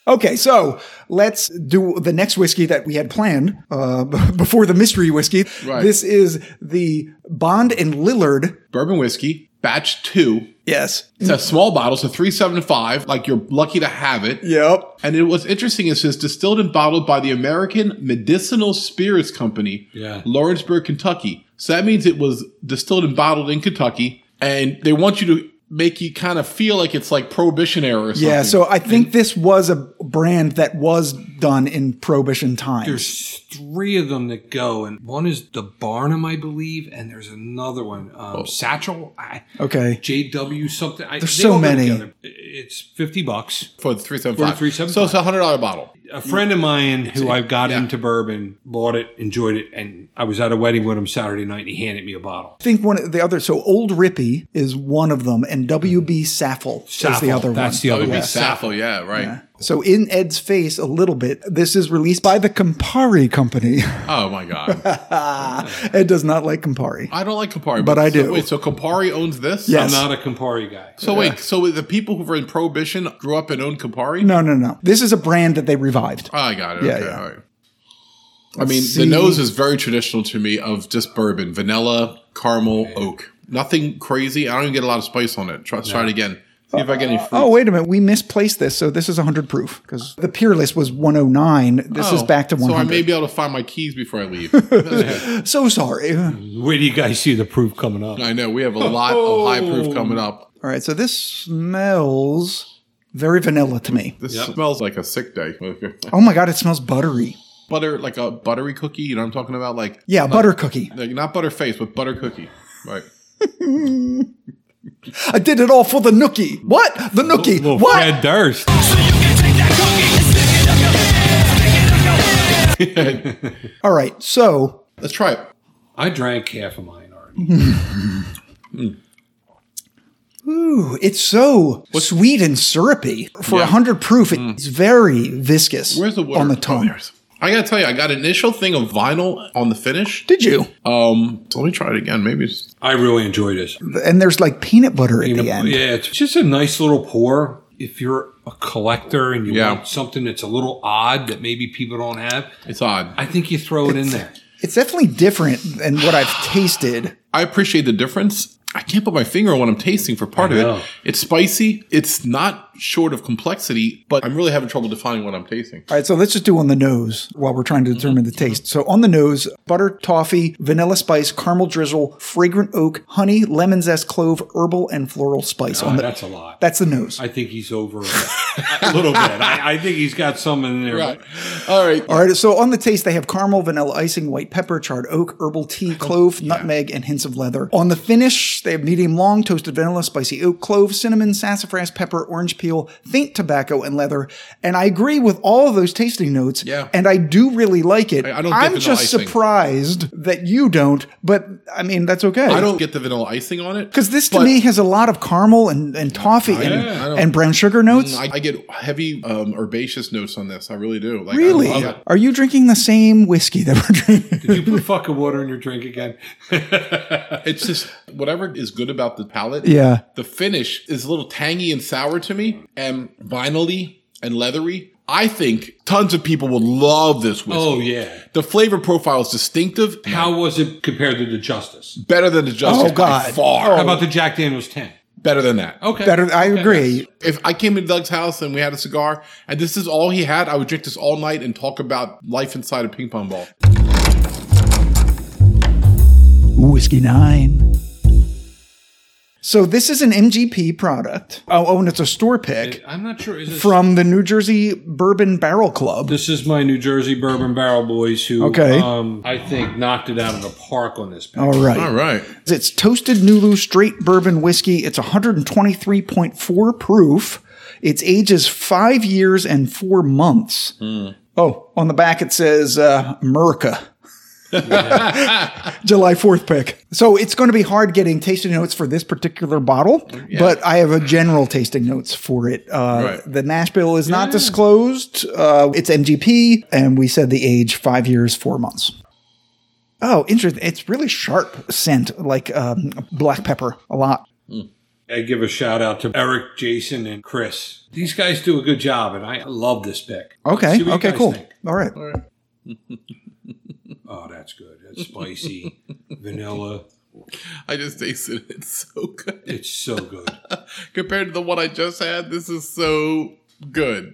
Okay, so let's do the next whiskey that we had planned uh, b- before the mystery whiskey.
Right.
This is the Bond and Lillard.
Bourbon whiskey, batch two.
Yes.
It's a small bottle, so 375, like you're lucky to have it.
Yep.
And it was interesting. It says distilled and bottled by the American Medicinal Spirits Company,
Yeah.
Lawrenceburg, Kentucky. So that means it was distilled and bottled in Kentucky, and they want you to make you kind of feel like it's like Prohibition era or something.
Yeah, so I think this was a brand that was done in Prohibition times.
There's three of them that go, and one is the Barnum, I believe, and there's another one, um, Satchel, I,
okay.
JW something. I,
Oh. There's
they
so
all go
many.
together. It's fifty bucks.
for the 375.
For the 375.
So it's a $100 bottle.
Oh,
A friend of mine who I got
yeah.
into bourbon bought it, enjoyed it, and I was at a wedding with him Saturday night, and he handed me a bottle.
I think one of the other so old rippy is one of them and
Mm-hmm.
wb saffel, is the
Saffel,
other
that's
one Oh,
the other
It would
one.
be Saffel, yeah, right.
so in ed's face a little bit this is released by the campari company
Oh my God.
ed does not like campari
I don't like Campari.
But I
so-
do.
wait, so Campari owns this?
Yes.
I'm not a Campari guy.
So wait, so the people who were in Prohibition grew up and owned Campari?
no no no this is a brand that they revived
Oh, I got it.
Yeah,
okay,
yeah.
all right. I mean,
see.
the nose is very traditional to me of just bourbon, vanilla, caramel, oak. Nothing crazy. I don't even get a lot of spice on it. Try, try it again. See if I get any fruit.
oh wait a minute we misplaced this so this is 100 proof because the peerless was 109 this is
Oh,
back to
So I may
100
be able to find my keys before I leave. That's good.
so, sorry all
Mm.
Where do you guys see the proof coming up?
I know we have a lot of high proof coming up.
right so this smells very vanilla to me
This smells like a sick day.
oh my god it smells buttery
Butter, like a buttery cookie. You know what I'm talking about? Like,
yeah butter cookie
like not butter face, but butter cookie. Right.
I did it all for the nookie. What? The nookie.
Little
what?
Fred Durst.
All right. So
Let's try it.
I drank half of mine already.
Mm-hmm. ooh, it's so sweet and syrupy. For a 100 proof, it's very viscous
Where's the water?
on the
Oh,
tongue.
there's- I gotta tell you, I got an initial thing of vinyl on the finish.
did you?
Um, so let me try it again. Maybe it's
I really enjoyed this.
And there's like peanut butter at
You know,
the end.
Yeah, it's just a nice little pour. If you're a collector and you
Yeah.
want something that's a little odd that maybe people don't have,
it's odd.
I think you throw it in there.
It's definitely different than what I've tasted.
I appreciate the difference. I can't put my finger on what I'm tasting for part of
know.
it. It's spicy. It's not short of complexity, but I'm really having trouble defining what I'm tasting.
All right, so let's just do on the nose while we're trying to determine the taste. So on the nose, butter, toffee, vanilla spice, caramel drizzle, fragrant oak, honey, lemon zest, clove, herbal, and floral spice. on
Uh,
the,
that's a lot.
that's the nose.
I think he's over a little bit. I, I think he's got some in there.
Right. All right.
All right, so on the taste, they have caramel, vanilla icing, white pepper, charred oak, herbal tea, clove, nutmeg, and hints of leather. On the finish, they have medium long, toasted vanilla, spicy oak, clove, cinnamon, sassafras, pepper, orange peel, faint tobacco, and leather. And I agree with all of those tasting notes.
Yeah.
And I do really like it.
I- I don't get
I'm
vanilla
just
icing.
surprised that you don't, but I mean, that's okay.
I don't get the vanilla icing on it
Because this to
but
me has a lot of caramel and, and toffee
yeah, I
and,
don't- Mm,
and brown sugar notes.
I, I get heavy um, herbaceous notes on this. I really do. Like, I
really?
love it.
Are you drinking the same whiskey that we're drinking?
Did you put fucking water in your drink again?
It's just whatever is good about the palate.
Yeah.
The finish is a little tangy and sour to me, and vinyl-y and leathery. I think tons of people would love this whiskey.
oh yeah.
The flavor profile is distinctive.
How was it compared to the Justice?
Better than the Justice
Oh, God.
by far.
How about the Oh. Jack Daniels ten?
Better than that.
Okay.
Better, I agree.
If I came into Doug's house and we had a cigar and this is all he had, I would drink this all night and talk about life inside a ping pong ball.
Whiskey 9.
So this is an MGP product. Oh, oh and it's a store pick
I'm not sure. Is this,
from the New Jersey Bourbon Barrel Club.
this is my New Jersey Bourbon Barrel Boys who
Okay.
um, I think knocked it out of the park on this.
All right.
All right.
It's toasted Nulu straight bourbon whiskey. It's 123.4 proof. Its age is five years and four months. Oh, on the back it says uh, America. July 4th pick. So it's going to be hard getting tasting notes for this particular bottle, but I have a general tasting notes for it. Uh,
Right.
The Nash bill is not disclosed. Uh, it's MGP, and we said the age five years, four months. Oh, interesting. It's really sharp scent, like um, black pepper a lot.
I give a shout out to Eric, Jason, and Chris. These guys do a good job, and I love this pick.
Okay.
See what
Okay,
you guys
cool.
think.
All right.
Oh, that's good. That's spicy, vanilla.
I just tasted it. It's so good.
It's so good.
Compared to the one I just had, this is so good.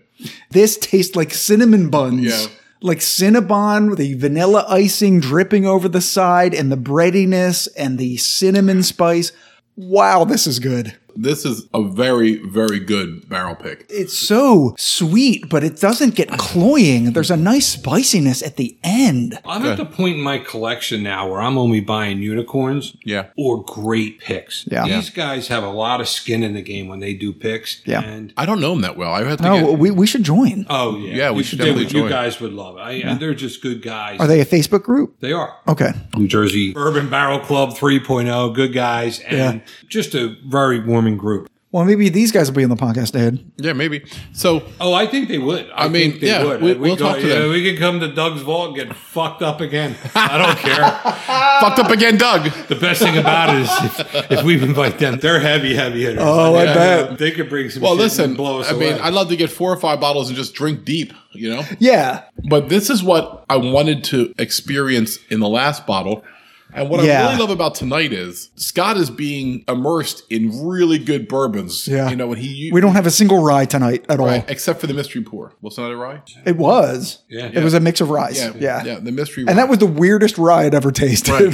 This tastes like cinnamon buns.
Yeah.
Like Cinnabon with the vanilla icing dripping over the side and the breadiness and the cinnamon spice. Wow, this is good.
This is a very, very good barrel pick.
It's so sweet, but it doesn't get cloying. There's a nice spiciness at the end.
I'm at the point in my collection now where I'm only buying unicorns
Yeah.
or great picks.
Yeah.
These guys have a lot of skin in the game when they do picks.
Yeah.
And
I don't know him that well. I have to
No,
get,
Oh, we, we should join.
oh yeah,
Yeah, we
You
should
do
definitely
it. You
join.
guys would love it. I, and they're just good guys.
Are they a Facebook group?
They are.
Okay.
New Jersey Urban Barrel Club 3.0, good guys, and just a very warming group.
Well, maybe these guys will be on the podcast, Ed.
yeah, maybe. So
Oh, I think they would. I,
mean,
think they
yeah,
would.
we- we'll talk to
yeah,
them.
We could come to Doug's vault and get fucked up again. I don't care.
fucked up again, Doug.
The best thing about it is if, if we invite them, they're heavy, heavy hitters.
Oh, I bet.
They could bring some.
Well,
shit
listen.
and blow us
I mean,
away.
I'd love to get four or five bottles and just drink deep, you know.
Yeah.
But this is what I wanted to experience in the last bottle. And what
Yeah.
I really love about tonight is Scott is being immersed in really good bourbons.
Yeah.
You know, when he
We don't have a single rye tonight at all.
right, except for the mystery pour. Wasn't that a rye?
It was.
Yeah.
It was a mix of rice. Yeah.
Yeah, the mystery
And that was the weirdest rye I'd ever tasted.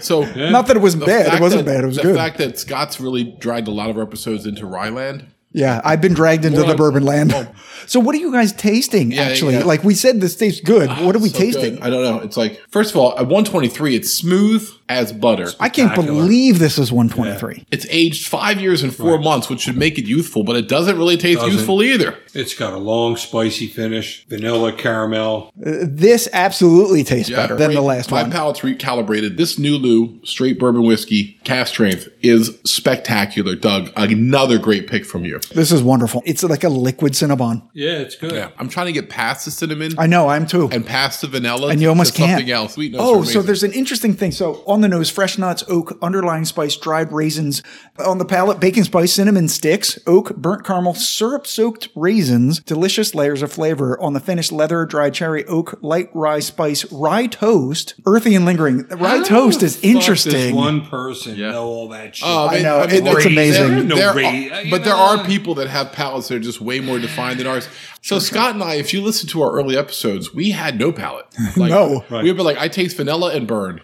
so
Not that it was
the
bad. It
fact
wasn't
that-
bad. It was
the
good.
fact that Scott's really dragged a lot of our episodes into Ryland.
yeah. I've been dragged into the
like-
bourbon land. so what are you guys tasting
Yeah,
actually?
yeah. Ah,
Like we said this tastes good. what are we
So
tasting?
good. I don't know. It's like first of all, at 123, it's smooth as butter.
I can't
Spectacular.
believe this is 123.
It's aged five years and four months, which should make it youthful, but it doesn't really taste
Doesn't.
youthful either.
it's got a long, spicy finish, vanilla caramel.
Uh, This absolutely tastes better than
Right.
the last
My
one.
palate's recalibrated. This new Lou straight bourbon whiskey cast strength is spectacular, Doug. Another great pick from you.
this is wonderful. It's like a liquid Cinnabon.
Yeah, it's good.
Yeah, I'm trying to get past the cinnamon
I know, I'm too.
and past the vanilla,
and you almost
to something
can't.
else. Sweet notes are
oh, so
amazing.
there's an interesting thing. So on the nose, fresh nuts, oak, underlying spice, dried raisins. On the palate, bacon spice, cinnamon sticks, oak, burnt caramel, syrup-soaked raisins, delicious layers of flavor. On the finish, leather, dried cherry, oak, light rye spice, rye toast, earthy and lingering. Rye
How
toast
the
is
Ah, fuck Does
interesting.
one person know all that shit?
Oh,
I
man,
know, it- that's
there-
amazing.
there-
No
there
ra-
are- uh,
you
but there
know.
are people that have palates that are just way more defined than ours. So Scott and I, if you listen to our early episodes, we had no palate. Like,
No.
we'd be like, I taste vanilla and burn.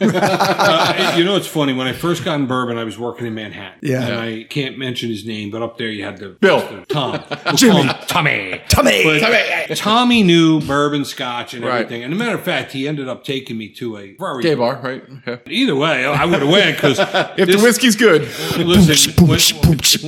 Uh, you know, it's funny. When I first got in bourbon, I was working in Manhattan.
Yeah.
And I can't mention his name, but up there you had the
Bill.
Tom. We'll Jimmy. Tommy.
Tummy.
But Tommy knew bourbon scotch and
Right.
everything. And a matter of fact, he ended up taking me to a very.
Gay bar, right? Yeah.
Either way, I would have went because
If the whiskey's good,
Listen, when,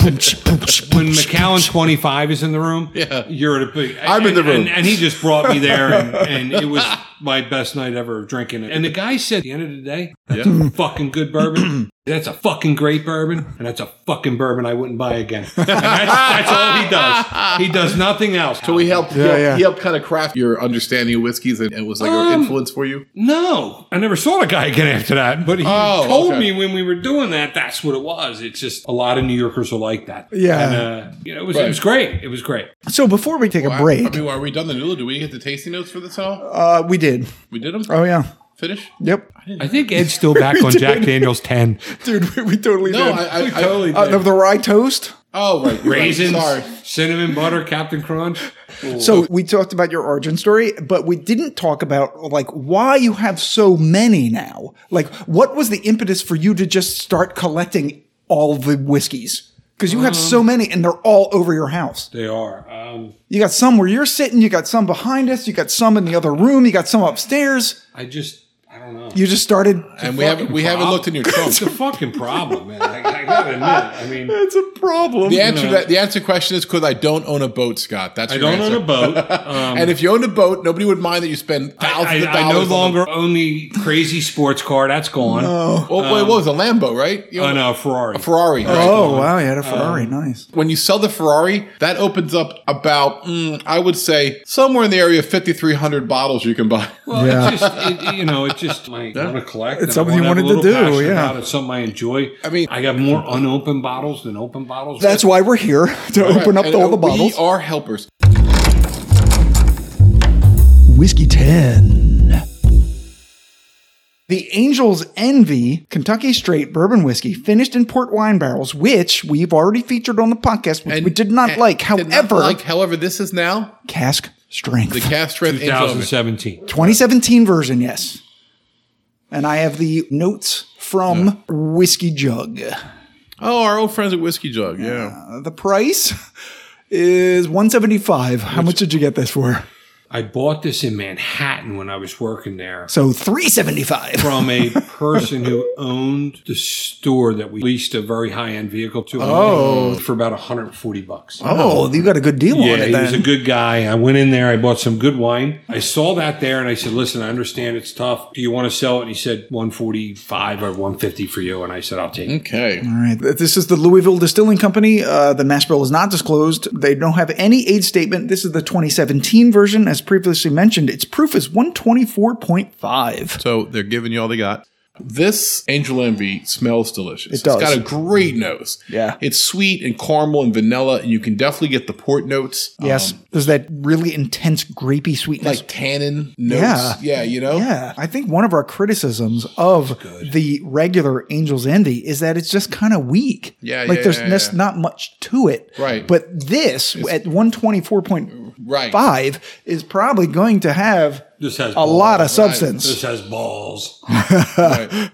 when McAllen 25 is in the room,
Yeah.
you're at a big.
I'm in the
and-
room.
And, and he just brought me there, and, and it was my best night ever of drinking it. And the guy said, at the end of the day, that's a fucking good bourbon. That's a fucking great bourbon, and that's a fucking bourbon I wouldn't buy again. And that's, that's all he does. He does nothing else.
so we helped. he,
Yeah,
helped
yeah. Um,
he helped kind of craft your understanding of whiskeys, and it was like an influence for you.
No, I never saw the guy again after that. But he
Oh,
told
okay.
me when we were doing that, that's what it was. It's just a lot of New Yorkers are like that.
Yeah.
and, uh, you know, it was it
Right.
was great. It was great.
So before we take a
I-
break,
I mean, are we done the Nulu? Do we get the tasting notes for this at all?
uh, we did.
We did them.
Oh yeah.
finish?
Yep.
I think Ed's still back on Jack Daniels 10.
Dude, we, we totally
No,
did.
I, I, I
Totally.
uh, of the rye toast.
Oh right, you're right.
raisins,
Sorry.
cinnamon butter, Captain Crunch.
So we talked about your origin story, but we didn't talk about like why you have so many now. Like what was the impetus for you to just start collecting all the whiskeys? Because you have
Mm-hmm.
so many and they're all over your house.
They are. Um,
You got some where you're sitting, you got some behind us, you got some in the other room, you got some upstairs.
I just, I don't know.
You just started
And we haven't we haven't looked in your trunk.
It's a fucking problem, man. I, I gotta admit. I mean,
It's a problem.
The answer to that the answer to the question is because I don't own a boat, Scott. That's
I don't own a boat. Um,
And if you owned a boat, nobody would mind that you spend thousands
I,
of
I, I
dollars.
no
on the-
longer own the crazy sports car. That's gone.
Oh,
um,
well, it was a Lambo, right? You
Oh
own
no, Ferrari.
a Ferrari. right?
Oh wow, you had
Uh,
a Ferrari, nice.
When you sell the Ferrari, that opens up about mm, I would say somewhere in the area of fifty three hundred bottles you can buy.
Well, it's just it, you know, it's just my want to collect. and I
something you
wanna have
wanted
a
to
little
do,
passion
yeah.
about it. It's something I enjoy.
I mean-
I got more unopened bottles than open bottles.
That's why we're here to open up
And,
all the
uh,
bottles.
We are helpers.
Whiskey 10.
The Angel's Envy Kentucky Straight Bourbon Whiskey, finished in port wine barrels, which we've already featured on the podcast, which we did not
and-
like.
did
However,
not like, however, this is now
cask strength.
the cast strength Angel's Envy.
2017.
2017 version, yes. And I have the notes from Whiskey Jug.
Oh, our old friends at Whiskey Jug. Yeah.
Uh, the price is 175. How much did you get this for?
I bought this in Manhattan when I was working there
So 375.
from a person who owned the store that we leased a very high end vehicle to. for about 140 bucks.
Oh, you got a good deal on
Yeah,
it
he
then.
was a good guy. I went in there, I bought some good wine. I saw that there and I said, Listen, I understand it's tough. Do you want to sell it? And he said, 145 or 150 for you. And I said, I'll take it.
Okay.
All right. th- This is the Louisville Distilling Company. Uh, the mass bill is not disclosed. They don't have any aid statement. This is the 2017 version. As previously mentioned, its proof is 124.5.
So they're giving you all they got. This Angel Envy smells delicious.
It does.
It's got a great nose.
Yeah.
It's sweet and caramel and vanilla, and you can definitely get the port notes.
Yes.
Um,
There's that really intense grapey sweetness.
like oh. tannin notes.
Yeah.
Yeah. you know?
yeah. I think one of our criticisms of the regular Angel's Envy is that it's just kind of weak.
Yeah,
Like
yeah,
there's
yeah,
just
yeah.
not much to it.
Right.
But this at 124.5
Right.
is probably going to have
This has
a
balls.
lot of substance.
This has balls.
Right.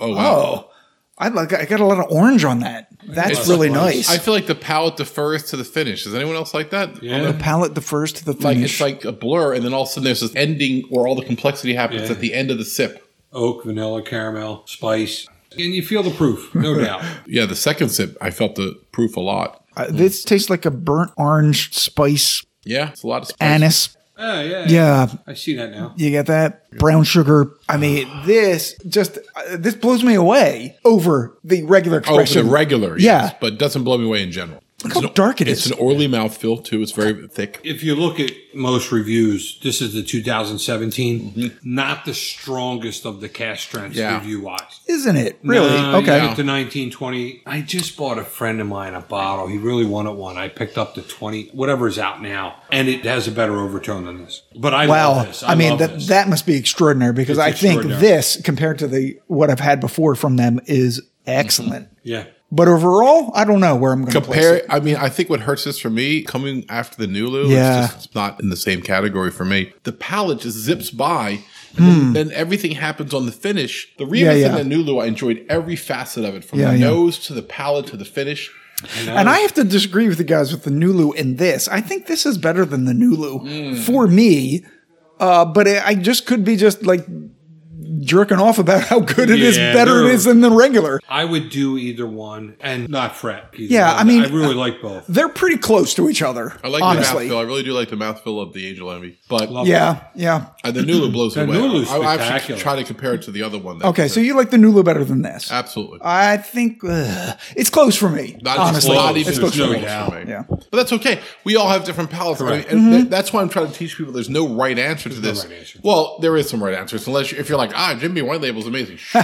Oh, wow.
Mm. Oh, I like. I got a lot of orange on that. That's
It's
really
like-
nice.
I feel like the palate defers to the finish. Is anyone else like that?
Yeah.
Palette the first to the
Like
finish.
it's like a blur, and then all of a sudden there's this ending where all the complexity happens
Yeah.
at the end of the sip.
Oak, vanilla, caramel, spice. And you feel the proof, no doubt.
Yeah, the second sip, I felt the proof a lot.
Uh, this tastes like a burnt orange spice
Yeah, it's a lot of spice.
anise.
Ah, Yeah, yeah.
Yeah,
I see that now.
you get that brown sugar. I mean, this just uh, this blows me away over the regular
Oh, it's
expression.
a regular,
Yeah.
yes, but it doesn't blow me away in general.
Look how dark it
It's
is.
an oily mouthfeel too. It's very thick.
If you look at most reviews, this is the 2017,
Mm-hmm.
not the strongest of the cash trends
Yeah.
review wise.
Isn't it really?
No,
okay.
You get to 1920. I just bought a friend of mine a bottle. He really wanted one. I picked up the 20, whatever's out now, and it has a better overtone than this. But I
Wow,
love this.
I, mean
love
that
this.
that must be extraordinary because
It's
I think
extraordinary.
this, compared to the what I've had before from them, is excellent.
yeah.
But overall, I don't know where I'm going to place it.
Compare. I mean, I think what hurts this for me coming after the new Lou.
Yeah.
it's just it's not in the same category for me. The palate just zips by. and Then everything happens on the finish. The Remus
Hmm. Yeah, yeah.
and the Nulu, I enjoyed every facet of it, from
Yeah,
the
yeah.
nose to the palate to the finish.
And I have to disagree with the guys with the Nulu in this. I think this is better than the Nulu
Mm.
for me. Uh, but it, I just could be just like jerking off about how good it is,
Yeah,
better it
they're-
is than the regular.
I would do either one and not fret. either
Yeah,
one.
I mean- uh,
I really like both.
They're pretty close to each other.
I like
honestly.
the mouthfeel. I really do like the mouthfeel of the Angel Envy, but
yeah, yeah.
uh, the Nulu blows
The
away.
Nulu's
I, I actually
spectacular.
try to compare it to the other one. that-
Okay, so you like the Nulu better than this?
absolutely.
I think uh, it's close for me.
Uh, Not honestly,
honestly,
not even
it's close
no
for me.
doubt.
for me.
Yeah.
But that's okay. We all have different palates. I mean, and th- that's why I'm trying to teach people there's no right answer to this.
right answer.
Well, there is some right answers, unless you, if you're like, ah, Jimmy White Label's amazing. Shh.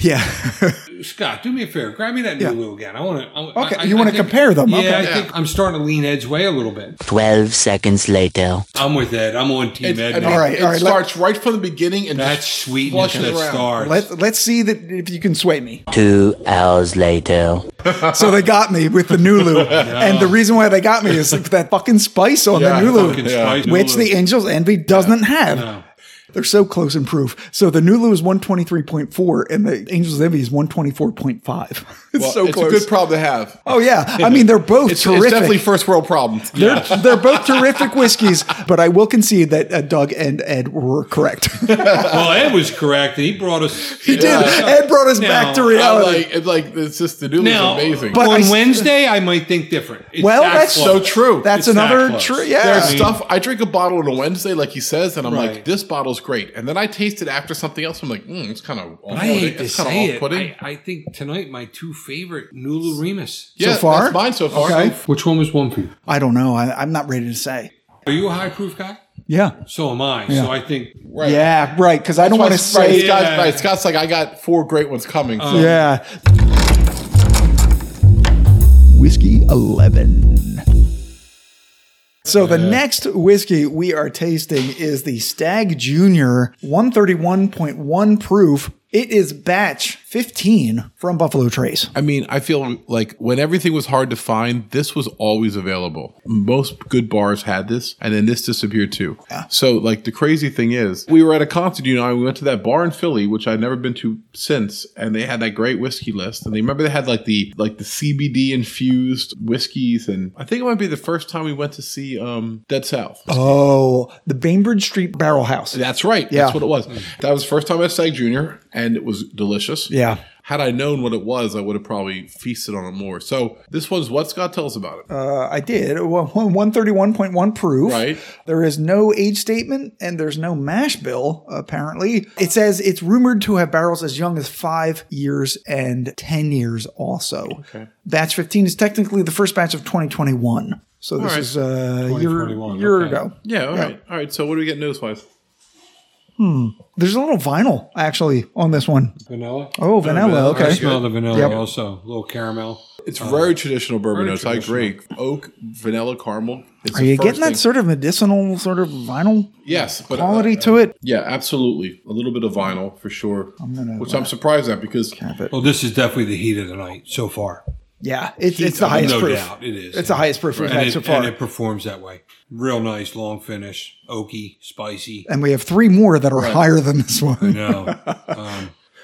Yeah,
Scott, do me a favor. Grab me that new
Yeah.
Lou again. I want to.
Okay, you wanna compare them.
Yeah,
Okay.
I
Yeah.
think I'm starting to lean Ed's way a little bit.
12 seconds later.
I'm with Ed. I'm on Team
It,
Ed.
and
now.
it-
all right,
it
all right, let-
starts right from the beginning and
That's
just
sweetness
flush it
that
around.
starts.
Let, let's see that if you can sway me.
Two hours later.
So they got me with the Nulu. And the reason why they got me is that fucking spice on
Yeah,
the
Fucking
Nulu,
Yeah.
spice
which
Lou.
the Angels Envy doesn't have.
No.
They're so close in proof. So the Nulu is 123.4 and the Angels Envy is 124.5. It's
Well,
so
it's
close.
a good problem to have.
oh, yeah. I mean, they're both
It's,
terrific.
it's definitely first world problem.
they're, they're both terrific whiskeys, but I will concede that uh, Doug and Ed were correct.
Well, Ed was correct. He brought us. He
Ed brought us back to
I'm
reality.
like, it's like it's just the new is
Now,
amazing.
But
on
I s-
Wednesday, I might think different. It's
Well,
that
that's-
so true.
That's
It's that
another
close.
true.
There's
Yeah.
stuff I drink a bottle on a Wednesday, like he says, and I'm like,
Right.
this bottle's great. And then I taste it after something else. I'm like, mm, it's kind of
I hate to
it's
say
kind of
it. I, I think tonight my two favorite Nulu Remus.
yeah,
far?
that's mine so far.
Okay.
Which one was one for you?
I don't know. I, I'm not ready to say.
Are you a high proof guy?
Yeah.
So am I. So I think
Right.
Yeah, right. Because I
That's
don't
why
want to
Scott's- right,
say.
Scott's,
Yeah.
right, Scott's like, I got four great ones coming.
Uh,
so-
Yeah.
Whiskey 11.
So the next whiskey we are tasting is the Stag Junior 131.1 proof. It is batch 15 from Buffalo Trace.
I mean, I feel like when everything was hard to find, this was always available. Most good bars had this, and then this disappeared too. So, like, the crazy thing is, we were at a concert, you know, and we went to that bar in Philly, which I've never been to since, and they had that great whiskey list. And they remember they had like the like the CBD infused whiskeys, and I think it might be the first time we went to see um Dead South.
Oh, the Bainbridge Street Barrel House.
That's right.
Yeah.
That's what it was. That was the first time I Stag Junior, and it was delicious.
Yeah.
Had I known what it was, I would have probably feasted on it more. So this one's what Scott tells about it.
Uh, I did. Well, 131.1 proof.
Right.
There is no age statement and there's no mash bill, apparently. It says it's rumored to have barrels as young as five years and 10 years also. Okay. Batch 15 is technically the first batch of 2021. So this
right.
is uh, a year,
2021,
year
okay.
ago.
yeah. All right. All right. So what do we get nose wise?
There's a little vinyl, actually, on this one.
vanilla.
Oh, vanilla.
I
Okay.
smell the vanilla
Yep.
also. A little caramel.
It's Uh, very traditional bourbon
very
notes. I agree. Oak, vanilla, caramel. It's
Are you getting that sort of medicinal, sort of vinyl
yes, but uh,
quality to it?
yeah, absolutely. A little bit of vinyl for sure,
gonna-
which I'm surprised at because
Well, this is definitely the heat of the night so far.
Yeah, it's, it's the
Uh,
highest
no
proof.
doubt it is.
It's the highest proof we've
and
had
it,
so far.
and it performs that way. Real nice, long finish, oaky, spicy.
and we have three more that are higher than this one.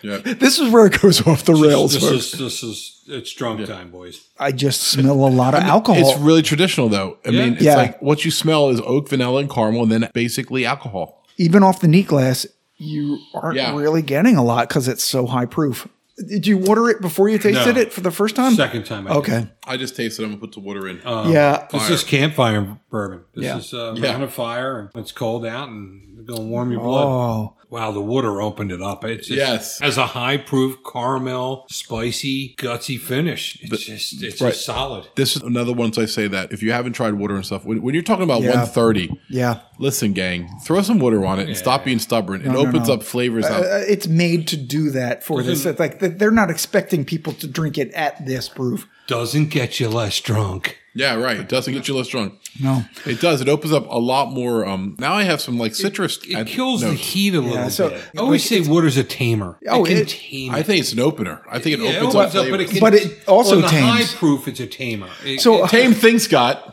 No,
This is where it goes off the rails.
this
folks.
is this is it's drunk time, boys.
I just smell a lot of
it's
alcohol.
really traditional though. I mean, it's
Oh. Yeah.
like what you smell is oak, vanilla, and caramel, and then basically alcohol.
Even off the neat glass, you aren't
Yeah.
really getting a lot because it's so high proof. Did you water it before you tasted
No.
it for the first time?
Second time. I did.
Okay.
I just tasted. I'm gonna put the water in.
Um,
yeah.
This is campfire bourbon. This
Yeah.
is uh,
Yeah.
around a fire, and it's cold out, and it's gonna warm your blood.
Oh,
Wow, the water opened it up. It's just,
Yes.
as a high proof caramel, spicy, gutsy finish. It's just it's
right.
just solid.
This is another one. So I say that if you haven't tried water and stuff, when, when you're talking about
Yeah.
130,
yeah.
listen, gang, throw some water on it and stop being stubborn. it opens up flavors up.
Uh, it's made to do that for this.
Mm-hmm.
It's like th- they're not expecting people to drink it at this proof.
Doesn't get you less drunk.
yeah, right. It doesn't get you less drunk.
No.
It does. It opens up a lot more. Um, now I have some like citrus.
It
ad-
kills the
notes.
heat a little
so-
bit. I always say water's a tamer.
Oh,
it can
it-
tame
I
it.
think it's an opener. I think it
Yeah,
opens up.
but it,
flavors.
can,
But it also
on the
tames.
high proof. It's a tamer. It-
So,
it-
Tame thing, Scott.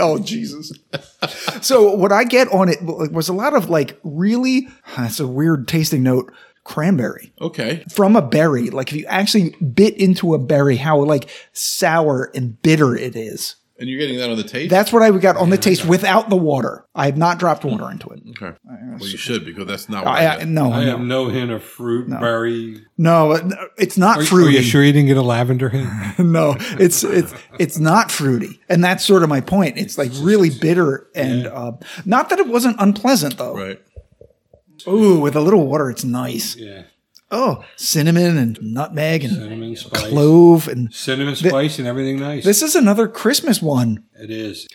Oh Jesus! so what I get on it was a lot of like really. That's a weird tasting note. Cranberry
Okay.
from a berry. Like if you actually bit into a berry, how like sour and bitter it is.
And you're getting that on the taste?
That's what I got on the taste without the water. I have not dropped water into it.
okay. Well, you should because that's not what I,
I, I,
had.
no,
I have
no,
no hint of fruit, berry.
no, uh, it's not
Are
fruity.
you sure you didn't get a lavender hint?
no, it's it's it's not fruity, and that's sort of my point. It's like really bitter, and uh, not that it wasn't unpleasant though.
Right.
Ooh, with a little water, it's nice.
yeah,
Oh, cinnamon and nutmeg and
cinnamon spice,
clove and
cinnamon spice, and everything nice.
this is another Christmas one.
it is.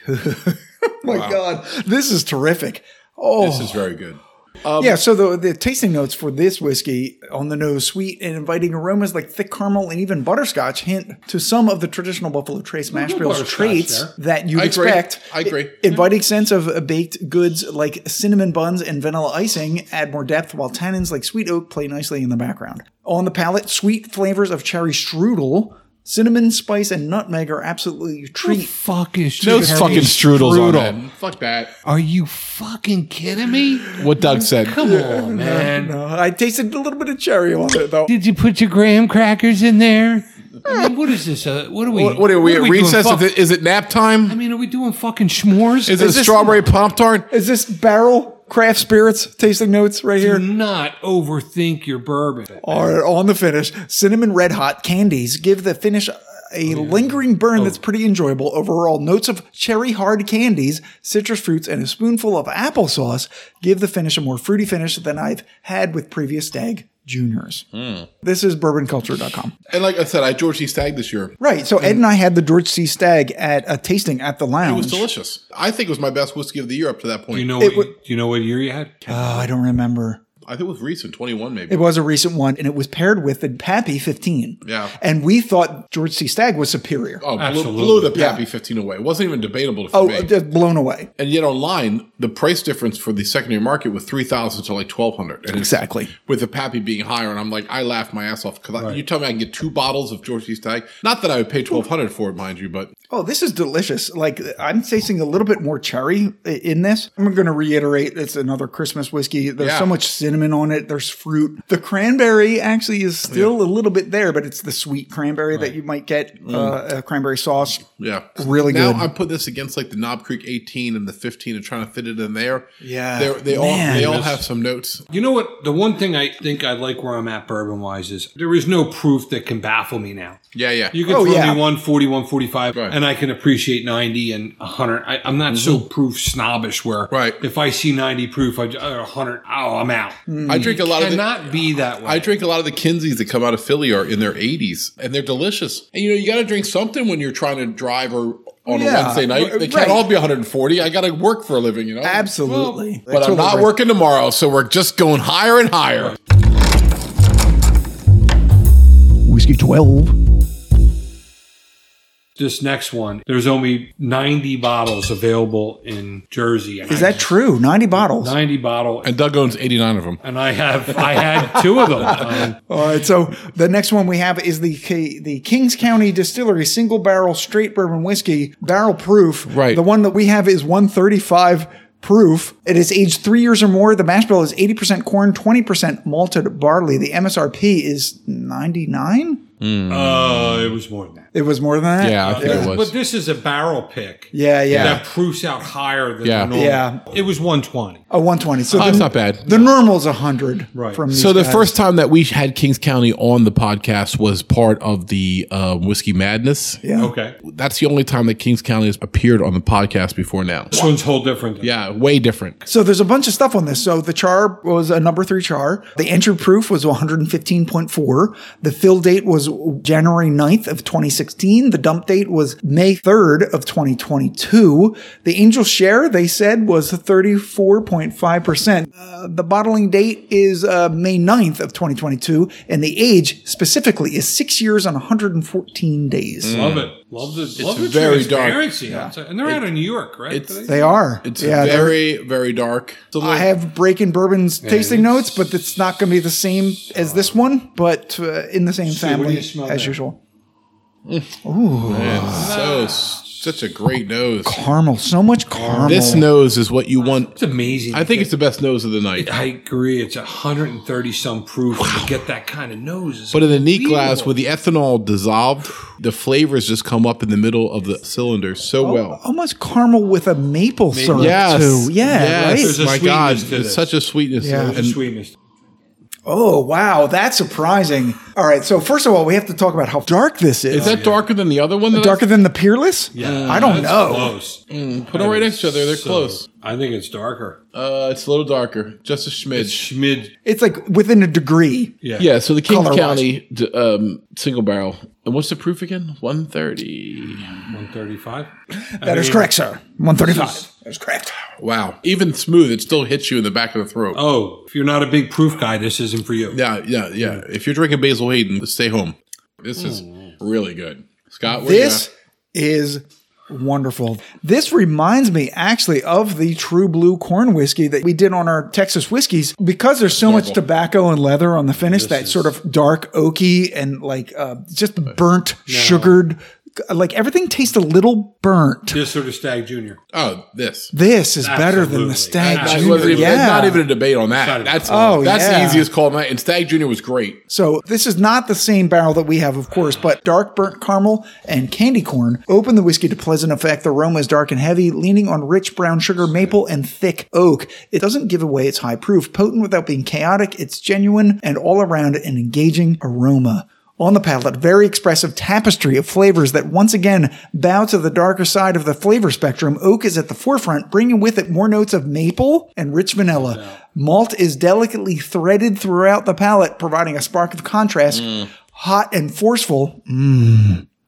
My God, this is terrific. Oh,
This is very good.
yeah, so the, the tasting notes for this whiskey on the nose, sweet and inviting aromas like thick caramel and even butterscotch hint to some of the traditional Buffalo Trace mash bills
butterscotch
traits
there.
that you'd
I agree.
expect.
I agree.
I- inviting scents of uh, baked goods like cinnamon buns and vanilla icing add more depth, while tannins like sweet oak play nicely in the background. On the palate, sweet flavors of cherry strudel. Cinnamon, spice, and nutmeg are absolutely a treat.
Fuck is
No
cherry
fucking strudels on
strudel?
that. Fuck that.
Are you fucking kidding me?
What Doug said.
Come on, man.
Uh, I tasted a little bit of cherry on it, though.
Did you put your graham crackers in there? I mean, what is this? Uh, what are we?
What, what are we, at
doing?
recess?
Fuck-
Is it, is it nap time?
I mean, are we doing fucking s'mores?
is it a strawberry pop tart?
Is this barrel craft spirits tasting notes right
Do
here?
not overthink your bourbon.
Are on the finish. Cinnamon red hot candies give the finish
Oh,
a lingering burn that's pretty enjoyable. Overall, notes of cherry hard candies, citrus fruits, and a spoonful of applesauce give the finish a more fruity finish than I've had with previous Stag Juniors.
Hmm.
This is bourbonculture.com.
And like I said, I George C. Stag this year.
Right. So Ed and I had the George C. Stag at a tasting at the
It
lounge.
was delicious. I think it was my best whiskey of the year up to that point.
You know,
It
what,
wa-
do you know what year you had?
Oh, I don't remember.
I think it was recent, 21 maybe.
It was a recent one, and it was paired with the Pappy 15.
Yeah.
And we thought George C. Stagg was superior.
oh, blew,
Absolutely.
blew the Pappy 15 away. It wasn't even debatable for
Oh,
me.
just blown away.
and yet online, the price difference for the secondary market was 3000 to like 1200 And it's-
Exactly.
with the Pappy being higher, and I'm like, I laughed my ass off because you tell me I can get two bottles of George C. Stag. Not that I would pay twelve hundred for it, mind you, but
Oh, this is delicious. Like, I'm tasting a little bit more cherry i- in this. I'm going to reiterate it's another Christmas whiskey. There's
Yeah.
so much cinnamon on it, there's fruit. The cranberry actually is
Oh,
still a little bit there, but it's the sweet cranberry that you might get
Mm.
uh, a cranberry sauce.
yeah,
Really
now
good.
I put this against like the Knob Creek 18 and the 15 and trying to fit it in there.
Yeah.
They're, they all
Man.
they all have some notes.
You know what? The one thing I think I like where I'm at bourbon wise is there is no proof that can baffle me now.
Yeah, yeah.
You can
Oh,
throw
yeah.
me 140, 145,
Right.
and I can appreciate 90 and 100. I, I'm not
Mm-hmm.
so proof snobbish where
Right.
if I see 90 proof I, j- or 100, oh, I'm out.
Mm.
I drink a lot of the,
Cannot be that way.
I drink a lot of the Kinseys that come out of Philly are in their 80s, and they're delicious. And you know, you got to drink something when you're trying to drive or on a
Yeah,
Wednesday night. They
right.
can't all be 140. I got to work for a living, you know.
Absolutely.
But I'm not working tomorrow, so we're just going higher and higher.
Whiskey 12.
This next one, there's only 90 bottles available in Jersey. and
Is
I-
that true? 90 bottles.
90 bottle? And,
And Doug owns 89 of them.
I have, I had two of them. Um,
All right, so the next one we have is the K- the Kings County Distillery single barrel straight bourbon whiskey, barrel proof.
Right.
The one that we have is 135 proof. It is aged three years or more. The mash bill is 80% corn, 20% malted barley. The MSRP is 99.
uh, it was more than that.
It was more than that.
Yeah, I think it
But
was.
this is a barrel pick.
Yeah, yeah.
That proofs out higher than
Yeah.
the normal.
Yeah.
It was 120.
A 120. So
That's
the,
Ah, not bad.
the normal is 100
Right.
from these
So the
guys.
first time that we had Kings County on the podcast was part of the uh, Whiskey Madness.
yeah.
Okay.
That's the only time that Kings County has appeared on the podcast before now.
This one's whole different. than-
Yeah, way different.
So there's a bunch of stuff on this. So the char was a number three char. The entry proof was 115.4. The fill date was January 9th of 2016. The dump date was May 3rd of 2022. The angel share, they said, was 34.5%. Uh, the bottling date is uh, May 9th of 2022. And the age specifically is six years and 114 days.
Mm.
Love it. Love the, love the
very dark.
transparency. outside. And they're out of New York, right?
it's-
They are.
It's
they're-
very, very dark.
I have breaking bourbon's tasting notes, but it's not going to be the same as this one, but uh, in the same
what do
family
you
as
smell there?
usual.
So such a great nose.
Caramel, so much caramel.
This nose is what you want.
It's amazing.
I think it's the best nose of the night.
I agree. It's 130 some proof to get that kind of nose. is
But in the neat glass
unbelievable.
with the ethanol dissolved, the flavors just come up in the middle of the cylinder so well.
almost caramel with a maple syrup
Yes.
too. Yeah,
Yes.
right.
There's a
My God,
sweetness to
it's
this.
such a sweetness.
Yeah.
And
sweetness.
Oh wow, that's surprising. All right, so first of all, we have to talk about how dark this is.
is that darker than the other one? That
darker than the Peerless?
Yeah.
I don't know.
Close.
I put them right next Mm. to each other. They're close.
I think it's darker.
Uh, it's a little darker, just a schmidge.
Schmid.
It's like within a degree.
Yeah.
Yeah, so the King
Color-wise.
County d- um, single barrel. And what's the proof again? 130.
135.
That is correct, sir. 135. That is correct.
Wow. Even smooth, it still hits you in the back of the throat.
Oh, if you're not a big proof guy, this isn't for you.
Yeah, yeah, yeah.
Mm.
If you're drinking Basil Hayden, stay home. This is really good. Scott, where
This is wonderful. This reminds me actually of the True Blue corn whiskey that we did on our Texas whiskeys because there's so much tobacco and leather on the finish that sort of dark oaky and like uh, just burnt sugared like everything tastes a little burnt.
This sort of Stag Junior.
Oh, this.
This is better than
Absolutely.
the Stag
That
That's
Junior.
wasn't even,
yeah.
Not even a debate on that.
Excited.
That's
Oh,
that's the
yeah.
easiest call of the night. And Stag Junior was great.
So this is not the same barrel that we have, of course, but dark burnt caramel and candy corn open the whiskey to pleasant effect. The aroma is dark and heavy, leaning on rich brown sugar, maple, and thick oak. It doesn't give away its high proof, potent without being chaotic. It's genuine and all around an engaging aroma. On the palate, very expressive tapestry of flavors that once again bow to the darker side of the flavor spectrum. Oak is at the forefront, bringing with it more notes of maple and rich vanilla. Malt is delicately threaded throughout the palate, providing a spark of contrast. Hot and forceful.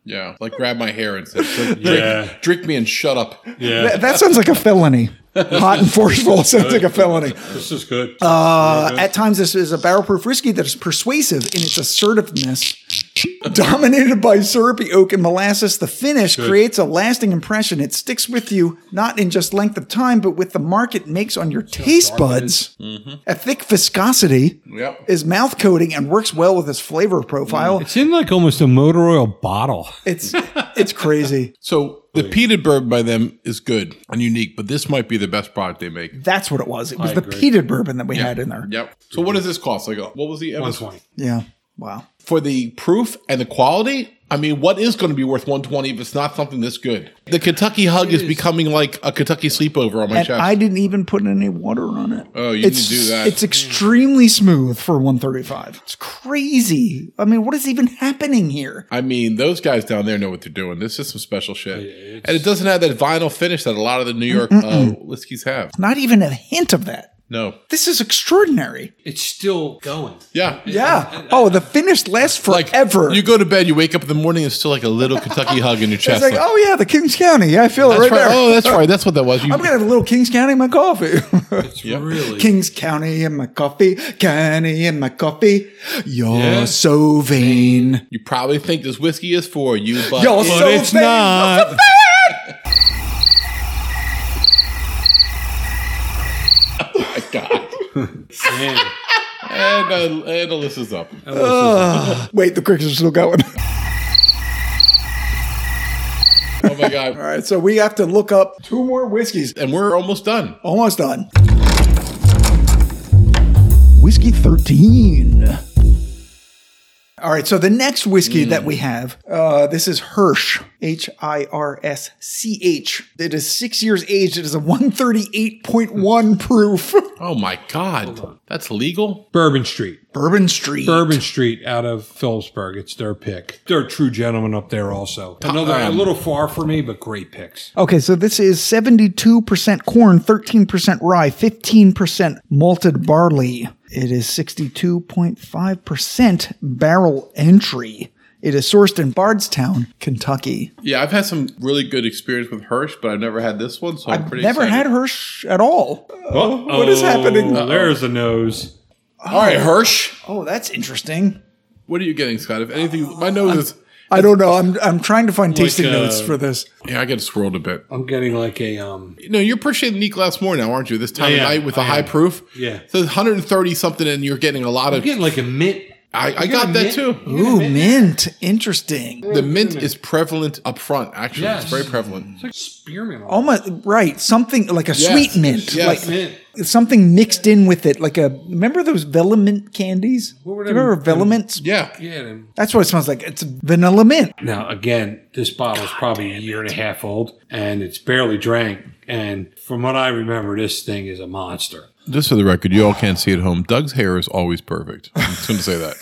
Yeah. Like grab my hair and say, drink,
Yeah.
drink, drink me and shut up.
Yeah.
That, that sounds like a felony. Hot and forceful sounds like a felony.
this is good.
Uh, at times, this is a barrel proof whiskey that is persuasive in its assertiveness. Dominated by syrupy oak and molasses, the finish creates a lasting impression. It sticks with you, not in just length of time, but with the mark it makes on your taste buds.
Mm-hmm.
A thick viscosity
Yep.
is mouth coating and works well with its flavor
Mm.
profile.
it seemed like almost a motor oil bottle.
It's it's crazy.
So the peated bourbon by them is good and unique, but this might be the best product they make.
That's what it was. It was the peated bourbon that we had in there.
Yep. So what does this cost? Like, uh, what was the
120.
Yeah. Wow.
for the proof and the quality? I mean, what is going to be worth 120 if it's not something this good? The Kentucky hug is becoming like a Kentucky sleepover on my
And
chest.
I didn't even put any water on it.
oh, you
it's,
need to do that.
It's extremely smooth for 135. It's crazy. I mean, what is even happening here?
I mean, those guys down there know what they're doing. This is some special shit. and it doesn't have that vinyl finish that a lot of the New York uh, whiskeys have.
Not even a hint of that.
No.
This is extraordinary.
It's still going.
Yeah.
Yeah. Oh, the finish lasts
Like
forever.
You go to bed, you wake up in the morning, it's still like a little Kentucky hug in your chest.
it's like, oh yeah, the Kings County. Yeah, I feel it
that's
right,
right.
there.
Oh, that's right. That's what that was. You,
I'm gonna have a little Kings County in my coffee.
It's really
Kings County in my coffee, County in my coffee. You're so vain.
you probably think this whiskey is for you, but
You're so
it's
vain.
not.
my God.
Man.
And, uh, and the list is up.
Wait, the crickets are still going.
Oh my God.
All right, so we have to look up two more whiskeys.
and we're almost done.
Almost done.
Whiskey 13.
All right, so the next whiskey that we have, uh, this is Hirsch, H I R S C H. It is six years aged. It is a 138.1 proof.
Oh my God, that's legal.
Bourbon Street.
Bourbon Street.
Bourbon Street out of Phillipsburg. It's their pick. They're true gentlemen up there also. Another a little far for me, but great picks.
Okay, so this is 72% corn, 13% rye, 15% malted barley. It is 62.5% barrel entry. It is sourced in Bardstown, Kentucky.
Yeah, I've had some really good experience with Hirsch, but I've never had this one, so I'm
I've
pretty.
never had
excited.
Hirsch at all.
Uh-oh.
what is happening?
Oh, There's a nose.
All right, Hirsch,
Oh, that's interesting.
what are you getting, Scott? If anything, my nose is.
I don't know. I'm I'm trying to find tasting
uh,
notes for this.
Yeah, I get swirled a bit.
I'm getting like a um
You know, you're appreciating Neat Glass more now, aren't you? This time
I
of
am,
night with the
I
high
am.
proof.
Yeah.
So 130 something, and you're getting a lot
I'm
of.
getting like a mint.
I, I
You
got that too.
mint?
Ooh, mint. Interesting.
The mint is prevalent up front. Actually,
Yes.
it's very prevalent.
It's like spearmint.
Almost right. Something like a sweet mint.
Yes.
Like
mint.
something mixed in with it. Like a remember those Vellamint candies?
What were
Do you
them-
remember Vellamints?
Yeah.
Yeah. then-
That's what it smells like. It's vanilla mint.
Now again, this bottle's probably a year and a half old and it's barely drank. And from what I remember, this thing is a monster.
Just for the record, you all can't see at home. Doug's hair is always perfect. I'm just going to say that.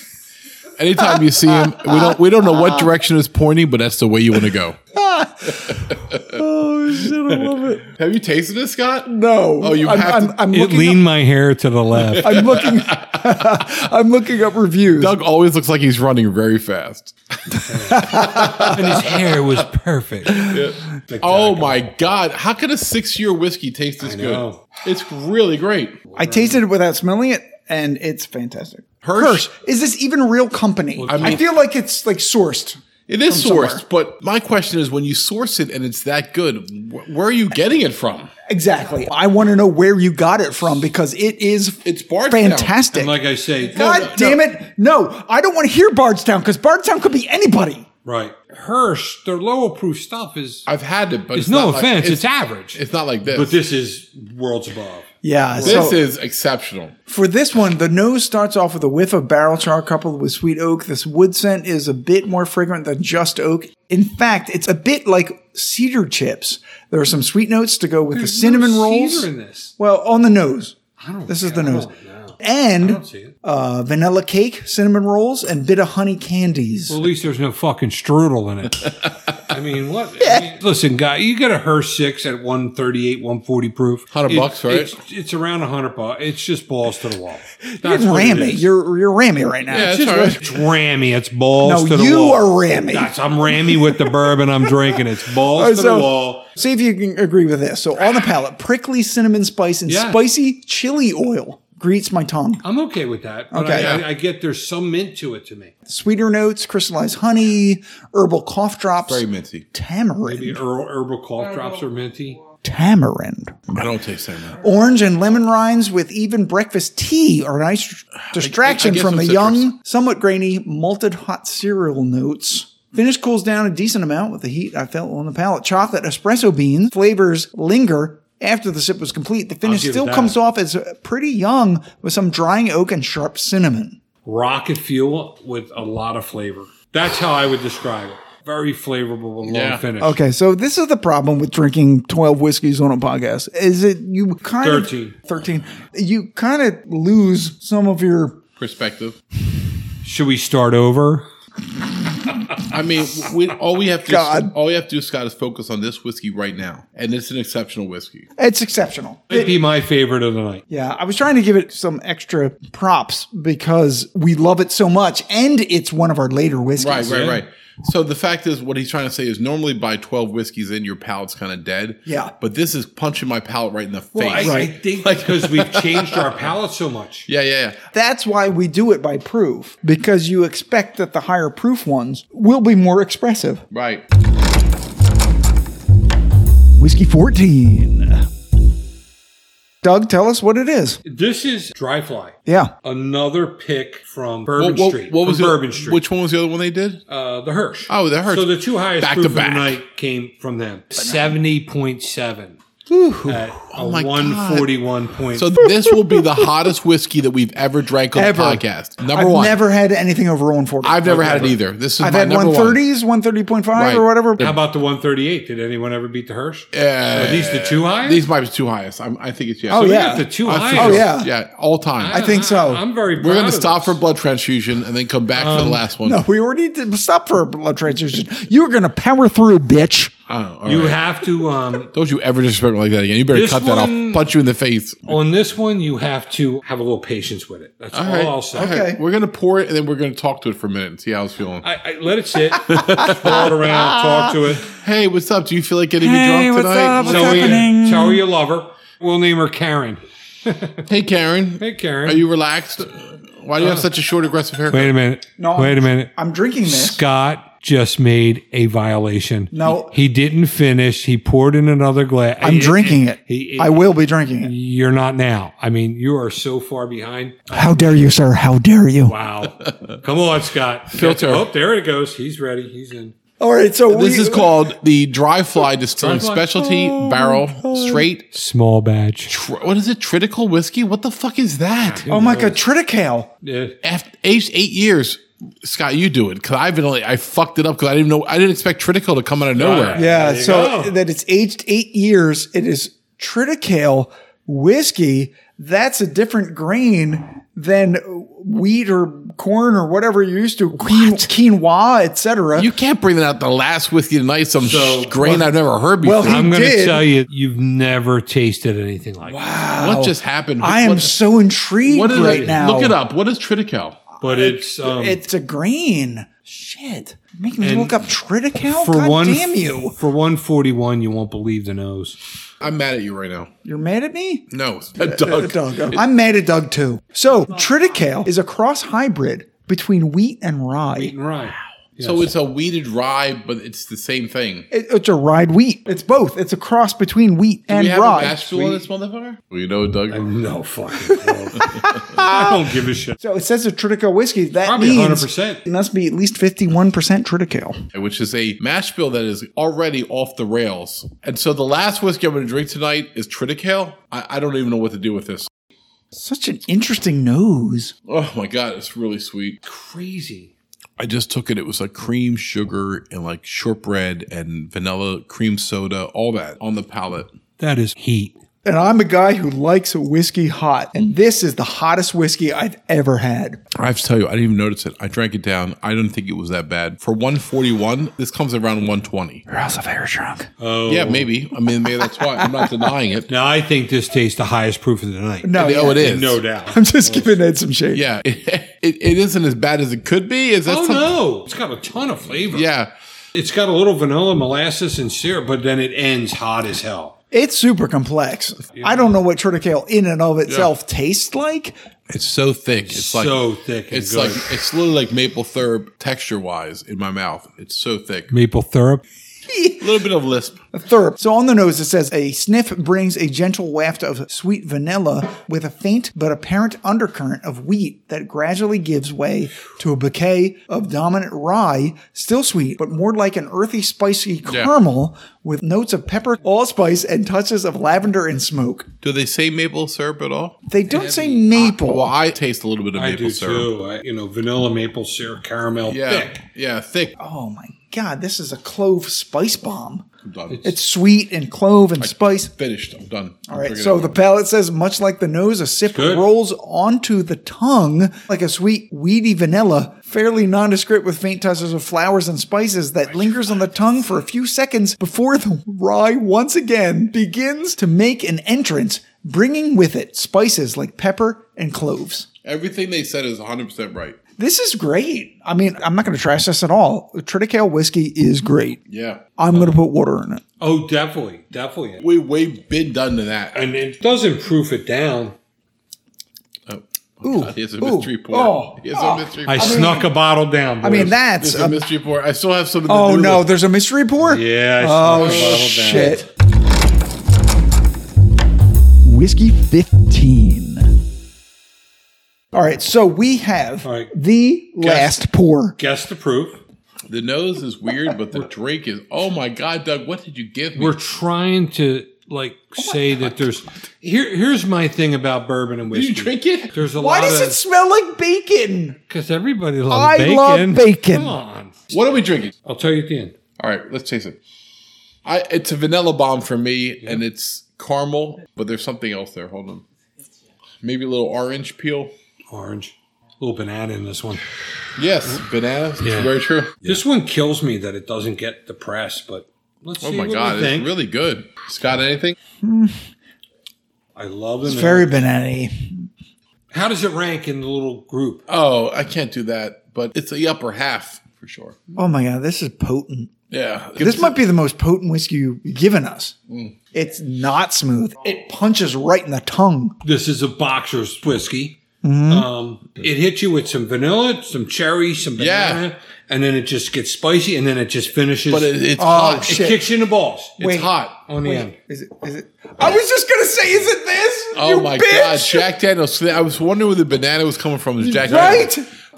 Anytime you see him, we don't we don't know what direction it's pointing, but that's the way you want to go.
Oh
shit, I love it.
Have you tasted this, Scott?
No.
Oh, you
I'm,
have
I'm,
to-
I'm
It
looking
leaned my hair to the
up,
left.
I'm looking I'm looking up reviews.
Doug always looks like he's running very fast.
and his hair was perfect.
Oh my God. How could a six year whiskey taste this good?
know.
It's really great.
I tasted it without smelling it, and it's fantastic.
Hirsch.
Is this even real company? I,
mean-
feel like it's like sourced.
It is
From
sourced,
somewhere.
but my question is when you source it and it's that good, wh- where are you getting it from?
Exactly. I want to know where you got it from because it is
It's Bardstown.
fantastic.
And like I say,
God
no, no.
damn it. No, I don't want to hear Bardstown because Bardstown could be anybody.
right. Hirsch, their lower proof stuff is.
I've had it, but
it's
not
no
like-
offense, it's, average.
It's not like this.
but this is worlds above.
Yeah.
this
so
is exceptional.
for this one, the nose starts off with a whiff of barrel char coupled with sweet oak. This wood scent is a bit more fragrant than just oak. In fact, it's a bit like cedar chips. There are some sweet notes to go with the cinnamon
There's no
rolls.
Caesar in this.
Well, on the nose. This is the
I don't
nose.
know. I don't
And
see it.
uh, vanilla cake, cinnamon rolls, and bit of honey candies.
Well, at least there's no fucking strudel in it. I mean, what? I mean, listen, guy, you get a Hirsch six at 138, 140 proof.
100
It-
bucks, right?
It's, it's around 100 bucks. It's just balls to the wall.
you're
what it
rammy.
is.
You're you're rammy right now.
Yeah,
It's,
that's all
just,
right.
it's rammy. It's balls
No,
to the
you
wall.
are rammy.
That's, I'm rammy with the bourbon I'm drinking. It's balls to
so-
the wall.
See if you can agree with this. So on the palate, prickly cinnamon spice and
Yeah.
spicy chili oil greets my tongue.
I'm okay with that. But
Okay.
I, I, I get there's some mint to it to me.
Sweeter notes, crystallized honey, herbal cough drops,
Very minty.
tamarind,
The herbal, herbal cough drops are minty.
tamarind,
I don't taste that much.
orange and lemon rinds with even breakfast tea are a nice distraction
get
from
some
the
citrus.
young, somewhat grainy, malted hot cereal notes. Finish cools down a decent amount with the heat I felt on the palate. Chocolate espresso beans flavors linger after the sip was complete. The finish
give it
still
that.
comes off as uh, pretty young with some drying oak and sharp cinnamon.
rocket fuel with a lot of flavor. That's how I would describe it. Very flavorful, with long
Yeah.
finish.
Okay, so this is the problem with drinking 12 whiskeys on a podcast. Is it you kind
Thirteen.
of 13 you kind of lose some of your
Perspective.
Should we start over?
I mean, we, all we have to
God.
all we have to do, Scott, is focus on this whiskey right now, and it's an exceptional whiskey.
it's exceptional.
It'd be my favorite of the night.
Yeah, I was trying to give it some extra props because we love it so much, and it's one of our later whiskeys.
Right, right,
Yeah.
right. So the fact is, what he's trying to say is normally by twelve whiskeys in, your palate's kind of dead.
Yeah.
but this is punching my palate right in the face.
I, I think because we've changed our palate so much.
Yeah, yeah, yeah.
That's why we do it by proof because you expect that the higher proof ones will be more expressive.
Right.
Whiskey 14.
Doug, tell us what it is.
This is Dry Fly.
Yeah,
Another pick from Bourbon
what,
Street.
what
from
was the,
Bourbon Street?
Which one was the other one they did?
uh, the Hirsch.
Oh, the Hirsch.
So the two highest
Back
proof
to
of
back.
the night came from them. Seventy point seven. At a
Oh my God.
one forty one point.
so this will be the hottest whiskey that we've ever drank on
Ever.
the podcast. Number
I've
one.
never had anything over 140.
I've never had it either. This is
I've
my
had
number
130s, 130.5
Right.
or whatever.
how about the one thirty eight? Did anyone ever beat the Hirsch?
Yeah.
Are these the two
One.
highest?
These might be the two highest. I'm, I think it's yeah.
Oh,
So
We
yeah.
got the two
I think
highest.
Oh,
it's-
yeah.
yeah, all time.
I think so.
I'm very.
We're
proud
going to
of
stop for
this.
blood transfusion and then come back for the last one.
Um, No, we already did stop for a blood transfusion. You're going to power through, bitch.
Oh, all
You
right.
have to um,
Don't you ever disrespect me like that again. You better
This
cut that off.
one- Oh,
Punch you in the face.
on this one. You have to have a little patience with it. That's all,
right.
I'll say.
All right, We're going to pour it and then we're going to talk to it for a minute and see how it's feeling.
I, I let it sit, swirl it around, talk to it.
hey, what's up? Do you feel like getting me
Hey,
drunk
what's
tonight?
up? What's
Tell her,
happening?
tell her you love her. We'll name her Karen.
Hey, Karen.
Hey, Karen.
Are you relaxed? Why do you have such a short, aggressive haircut?
Wait a minute.
No,
Wait a minute.
I'm drinking this.
Scott just made a violation.
No.
he, he didn't finish. He poured in another glass.
I'm drinking it.
he-
I will be drinking it.
You're not now. I mean, you are so far behind.
How dare you, sir? How dare you?
Wow. Come on, Scott.
Filter.
Oh, there it goes. He's ready. He's in.
All right, so
This
we-
is called the Dry Fly Oh, Distilling
Dry Fly.
Specialty Barrel Straight.
Small batch.
tr- What is it? Tritical whiskey? What the fuck is that?
Oh my god, triticale.
Yeah.
After aged eight years, Scott, you do it because I've been only I fucked it up because I didn't know I didn't expect Tritical to come out of nowhere.
Right.
Yeah,
There you
so
go.
that it's aged eight years. It is triticale whiskey, that's a different grain than wheat or corn or whatever you're used to, quin- quinoa, etc.
You can't bring that out the last whiskey tonight. Some
So-
sh- grain I've never heard before.
Well, he
I'm-
I'm going to
did.
tell you, you've never tasted anything like that.
what just happened?
I am
What-
so intrigued
what is
right
it?
now.
Look it up. What is triticale?
But it's um,
It's a grain. Shit. Make me
And
look up triticale?
for
God
one
damn oh, you.
for 141. You won't believe the nose.
I'm mad at you right now.
You're mad at me?
No, it's a duck.
Doug. I'm mad at Doug too. So triticale is a cross hybrid between wheat and rye.
Right.
So it's a weeded rye, but it's the same thing.
It- it's a rye wheat. It's both. It's a cross between wheat
Do
and
we have
rye.
a Nashville on this motherfucker? Well, you know, Doug.
No fucking. clue. I don't give a shit.
so it says a triticale whiskey. That
Probably
means
100%.
it must be at least fifty-one percent triticale.
which is a mash bill that is already off the rails. And so the last whiskey I'm going to drink tonight is Triticale. I, I don't even know what to do with this.
Such an interesting nose.
Oh my God, it's really sweet.
Crazy.
I just took it. It was like cream, sugar, and like shortbread and vanilla, cream soda, all that on the palate.
That is heat.
And I'm a guy who likes whiskey hot,
Mm.
and this is the hottest whiskey I've ever had.
I have to tell you, I didn't even notice it. I drank it down. I didn't think it was that bad. For 141, this comes around 120.
You're also very drunk.
Oh.
Yeah, maybe. I mean, maybe that's why. I'm not denying it.
Now I think this tastes the highest proof of the night.
No, yeah.
oh, it is.
No doubt.
I'm just giving Ed some shade.
Yeah, it, it isn't as bad as it could be. Is that
Oh
something?
no! It's got a ton of flavor.
Yeah.
It's got a little vanilla, molasses, and syrup, but then it ends hot as hell.
It's super complex. I don't know what triticale in and of itself tastes like.
It's so thick. It's
so
like
thick. And
it's
good.
like it's literally like maple syrup texture wise in my mouth. It's so thick. A
maple syrup.
little bit of lisp.
Third, so on the nose it says a sniff brings a gentle waft of sweet vanilla with a faint but apparent undercurrent of wheat that gradually gives way to a bouquet of dominant rye, still sweet, but more like an earthy, spicy caramel with notes of pepper, allspice, and touches of lavender and smoke.
Do they say maple syrup at all?
They don't say maple.
Well, I taste a little bit of
I
maple
do
syrup.
too. I, you know, vanilla, maple syrup, caramel,
Yeah,
thick.
yeah, thick.
oh my god, this is a clove spice bomb.
I'm done.
It's sweet and clove and spice.
finished. I'm done.
All right. So the palate says, much like the nose, a sip
good.
rolls onto the tongue like a sweet, weedy vanilla, fairly nondescript with faint touches of flowers and spices that lingers on the tongue for a few seconds before the rye once again begins to make an entrance, bringing with it spices like pepper and cloves.
everything they said is 100 percent right.
This is great. I mean, I'm not going to trash this at all. Triticale whiskey is great.
Yeah,
I'm going to put water in it.
Oh, definitely, definitely.
we way been done to that.
And it doesn't proof it down.
Oh, God, he has a
ooh,
mystery pour.
oh,
he has
oh.
a mystery.
I,
pour.
snuck a bottle down. Boys.
I mean,
There's
that's
a
a,
mystery pour. I still have some. Of the
oh no,
noodles.
there's a mystery pour.
Yeah. I
Oh
snuck a bottle down.
shit.
Whiskey 15.
All right, so we have
All right.
the last pour.
Guess the proof.
the nose is weird, but the drink is. Oh my God, Doug, what did you give me?
We're trying to
Oh
like say that there's here. Here's my thing about bourbon and
Did
whiskey.
you drink it?
There's a
Why
lot
does it
of
smell like bacon?
because everybody
I
loves bacon.
love bacon.
Come on.
What are we drinking?
I'll tell you at the end.
All right, let's taste it. I it's a vanilla bomb for me, and it's caramel, but there's something else there. Hold on, maybe a little orange peel.
Orange, a little banana in this one.
Yes, bananas.
Yeah.
It's very true.
This one kills me that it doesn't get the press, but let's see
Oh my
what
god,
we
it's
think.
really good. Scott, anything?
I love it.
It's very banana
How does it rank in the little group? Uh,
Oh, I can't do that, but it's the upper half for sure.
Oh my god, this is potent.
Yeah,
This might be the most potent whiskey you've given us. It's not smooth. It punches right in the tongue.
This is a boxer's whiskey.
Mm-hmm.
Um, it hits you with some vanilla, some cherry, some
Yeah.
banana, and then it just gets spicy, and then it just finishes.
but it, it's
Oh,
hot.
It
shit.
kicks you in the balls. It's
Wait.
hot.
on the end.
Is it? Is it? I was just gonna say, is it this?
Oh
you
my
bitch!
god, Jack Daniels. I was wondering where the banana was coming from. Is Jack
Right?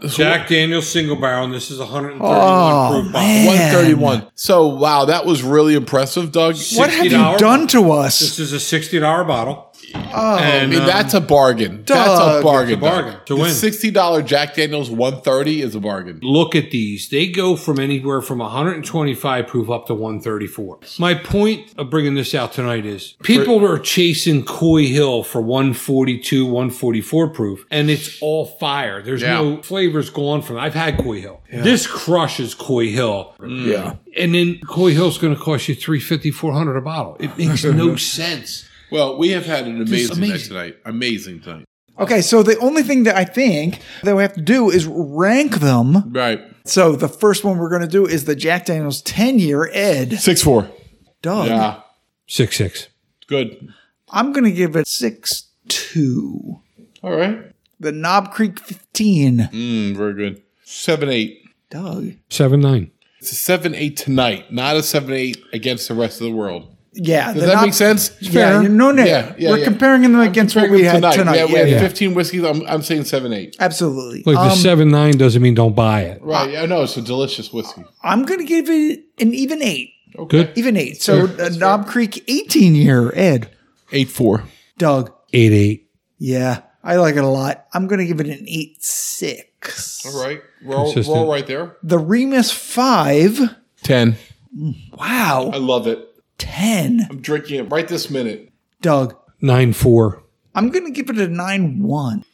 Daniels.
Jack Daniel's single barrel, and this is 131 proof
man.
bottle.
131. So wow, that was really impressive, Doug.
What have you
$60?
done to us?
This is a $60 bottle. uh,
I mean, that's a bargain. that's a
Doug,
bargain.
it's a bargain
Doug.
to
The
win.
Sixty dollar Jack Daniels one thirty is a bargain.
Look at these. They go from anywhere from 125 proof up to 134. My point of bringing this out tonight is people are chasing Coy Hill for 142, 144 proof, and it's all fire. There's
Yeah.
no flavors gone from it. I've had Coy Hill. This crushes Coy Hill.
Yeah.
And then Coy Hill's going to cost you 350, 400 a bottle. It makes no sense.
Well, we have had an amazing, night
amazing.
tonight. Amazing tonight.
Okay, so the only thing that I think that we have to do is rank them.
Right.
So the first one we're going to do is the Jack Daniels 10 year Ed.
Six four.
Doug,
Yeah.
Six, six.
Good.
I'm going to give it 6 2.
All right.
The Knob Creek 15.
Mm, very good. Seven eight.
Doug.
Seven, nine.
It's a seven eight tonight, not a seven eight against the rest of the world.
Yeah.
Does that make sense?
Yeah, you- no, no.
Yeah, yeah,
we're
yeah.
comparing them against what we had tonight.
Yeah, we
Yeah,
had
yeah.
fifteen whiskeys. I'm, I'm saying seven eight.
Absolutely.
Look,
Um,
the seven, nine doesn't mean don't buy it.
Right. Yeah. No, it's a delicious whiskey.
I'm going to give it an even 8.
Good.
Even 8. So uh, Knob Creek 18 year Ed.
Eight four.
Doug.
Eight, eight.
Yeah. I like it a lot. I'm going to give it an 8 6.
All right. We're all, we're
Consistent.
all right there.
The Remus 5.
Ten. I
Wow.
love it.
10.
I'm drinking it right this minute.
Doug.
Nine, four.
I'm going to give it a 9 1.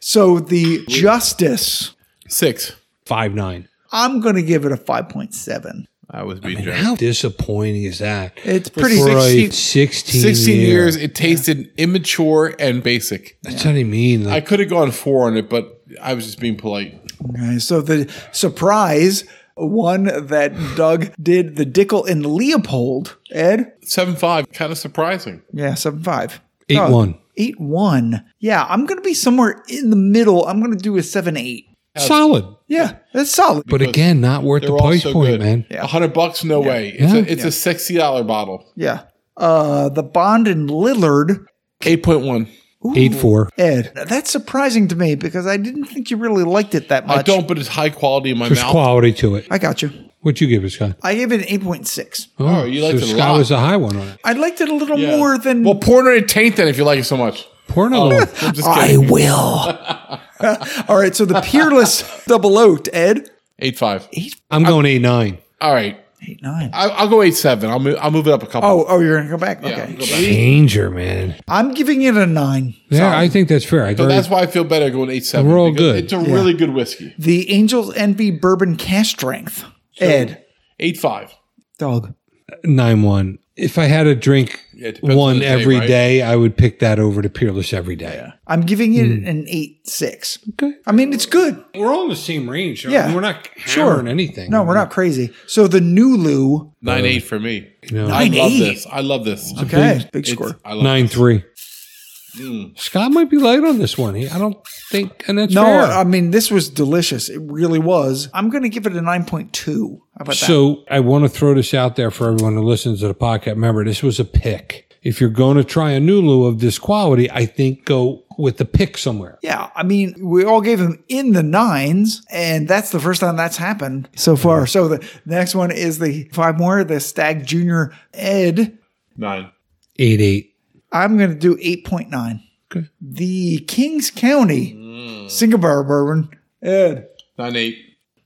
So the Justice.
Six.
Five, nine.
I'm going to give it a 5.7.
I was being
How disappointing is that?
It's pretty.
For a
16
16, year.
years, it tasted immature and basic.
That's what I mean.
I
Like,
could have gone four on it, but I was just being polite.
Okay, so the surprise one that Doug did the Dickel and Leopold. Ed?
Seven five, kind of surprising.
Yeah, 7.5.
eight,
Doug.
one.
8 1. Yeah, I'm going to be somewhere in the middle. I'm going to do a 7 8.
Solid.
Yeah, that's solid.
But again, not worth
They're
the
all
price
so
point,
good,
man.
A hundred bucks, no way. It's,
Yeah.
a, it's a sixty dollar bottle.
Yeah. Uh, the Bond and Lillard.
Eight point one.
Eight, four.
Ed, that's surprising to me because I didn't think you really liked it that much.
I don't, but it's high quality in my
There's
mouth.
quality to it.
I got you.
What'd you give it, Scott?
I gave it an eight point six.
Oh, you liked
so
it a
Scott
lot.
was a high one on it.
I liked it a little
Yeah.
more than
Well, pour it in a taint then if you like it so much.
Porno.
I'm just
Oh, I
kidding.
will. All right, so the peerless double oat, Ed.
Eight five.
I'm going eight, nine.
All right,
Eight nine.
I, I'll go eight seven. I'll move. I'll move it up a couple.
Oh, oh, you're gonna go back.
Yeah,
okay,
go back.
Danger, man.
I'm giving it a nine.
Yeah, I think that's fair. I
So
agree.
that's why I feel better going eight seven.
We're all
because
good.
It's a really good whiskey.
The Angels Envy Bourbon Cash Strength, Ed.
Eight five.
Dog.
nine, one. If I had to drink
Yeah, it depends on
one
the day,
every day,
right?
I would pick that over to Peerless every day.
I'm giving it an eight six.
Okay.
I mean, it's good.
We're all in the same range.
Yeah. mean, we're
We're not
Sure.
hammering anything.
No, we're not crazy. So the Nulu.
Nine eight for me.
No.
I love
9.8.
this. I love this.
Okay, big,
It's-
score.
I love
Nine
this.
three.
Hmm.
Scott might be light on this one. He- I don't think, and that's
No,
fair.
I mean this was delicious. It really was. I'm gonna give it a nine point two. How about that?
so I want to throw this out there for everyone who listens to the podcast. Remember, this was a pick. If you're going to try a Nulu of this quality, I think go with the pick somewhere.
Yeah, I mean, we all gave him in the nines, and that's the first time that's happened so far. So the, the next one is the five more, the Stag Junior Ed.
Nine.
Eight eight.
I'm going to do 8.9.
Okay.
The Kings County Singapore Bourbon Ed.
Nine eight.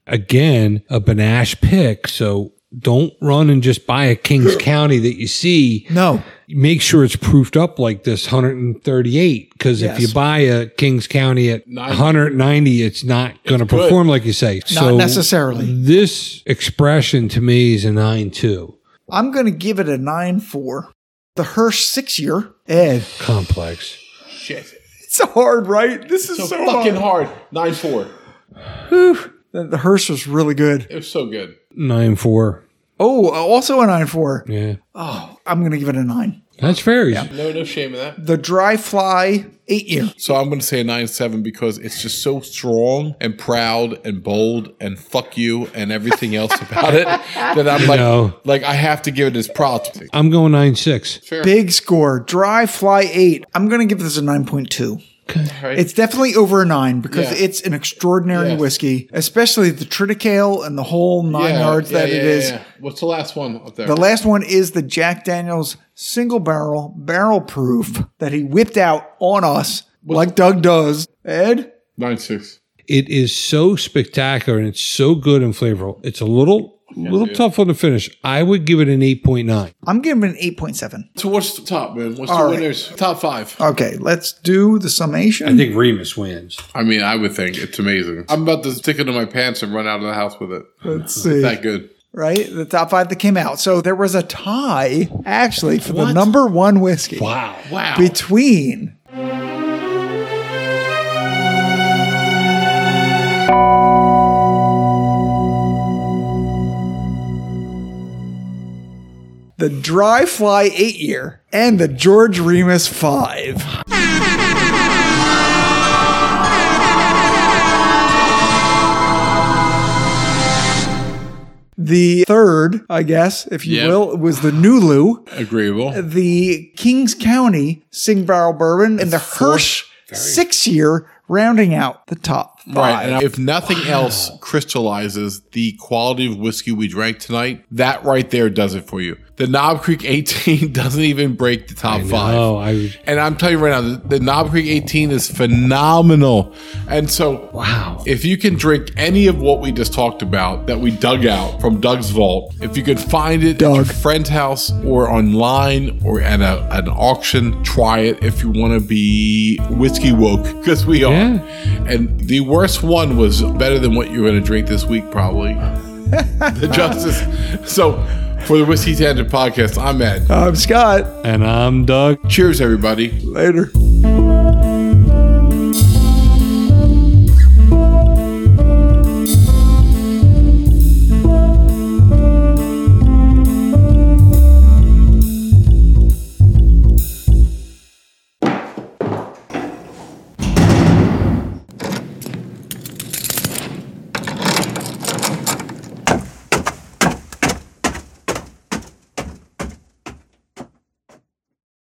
Again, a Banache pick. So don't run and just buy a Kings County that you see.
No,
Make sure it's proofed up like this 138. Because if
Yes.
you buy a Kings County at 190, it's not going to perform like you say.
not necessarily.
um, This expression to me is a 9 2
I'm going to give it a 9.4. The Hirsch Six Year Ed.
complex.
Shit.
It's hard, right? This is
So,
so,
fucking
hard.
hard. Nine four.
The, the Hirsch was really good.
It was so good.
9 4.
Oh, also a 9.4.
Yeah.
I'm going to give it a 9.
That's fair.
No, no shame in that.
The Dry Fly Eight Year.
So I'm going to say a nine seven because it's just so strong and proud and bold and fuck you and everything else about it that I'm like,
know.
like I have to give it his props.
I'm going 9 6.
Big score. Dry Fly 8. I'm going to give this a 9.2.
Okay.
It's definitely over a nine because
Yeah.
it's an extraordinary
Yes.
whiskey, especially the triticale and the whole nine yards that it is.
What's the last one up there?
The last one is the Jack Daniels single barrel barrel proof that he whipped out on us like Doug does. Ed,
nine six.
It is so spectacular and it's so good and flavorful. It's a little little tough on the finish. I would give it an eight point nine.
I'm giving it an 8.7.
So what's the top, man? What's
All
the
right.
winners? Top five.
Okay, let's do the summation.
I think Remus wins.
I mean, I would think it's amazing. I'm about to stick it in my pants and run out of the house with it.
Let's see.
That good.
right? The top five that came out. So there was a tie, actually, for the number one whiskey
Wow.
Wow.
between the Dry Fly 8 year and the George Remus 5. The third, I guess, if you
Yeah.
will, was the Nulu
Agreeable.
the Kings County Sing Barrel Bourbon and the Hirsch six year rounding out the top five.
Right. And if nothing else crystallizes the quality of whiskey we drank tonight, that right there does it for you. The Knob Creek 18 doesn't even break the top
Oh,
five.
I
And I'm telling you right now, the, the Knob Creek 18 is phenomenal. And so,
wow.
if you can drink any of what we just talked about that we dug out from Doug's vault, if you could find it at your friend's house or online or at a, an auction, try it if you want to be whiskey woke because we are.
Yeah.
And the worst one was better than what you're going to drink this week, probably. the justice. So, for the Whiskey
Uh,
Tangent podcast, I'm Ed.
I'm Scott.
And I'm Doug.
Cheers, everybody.
Later.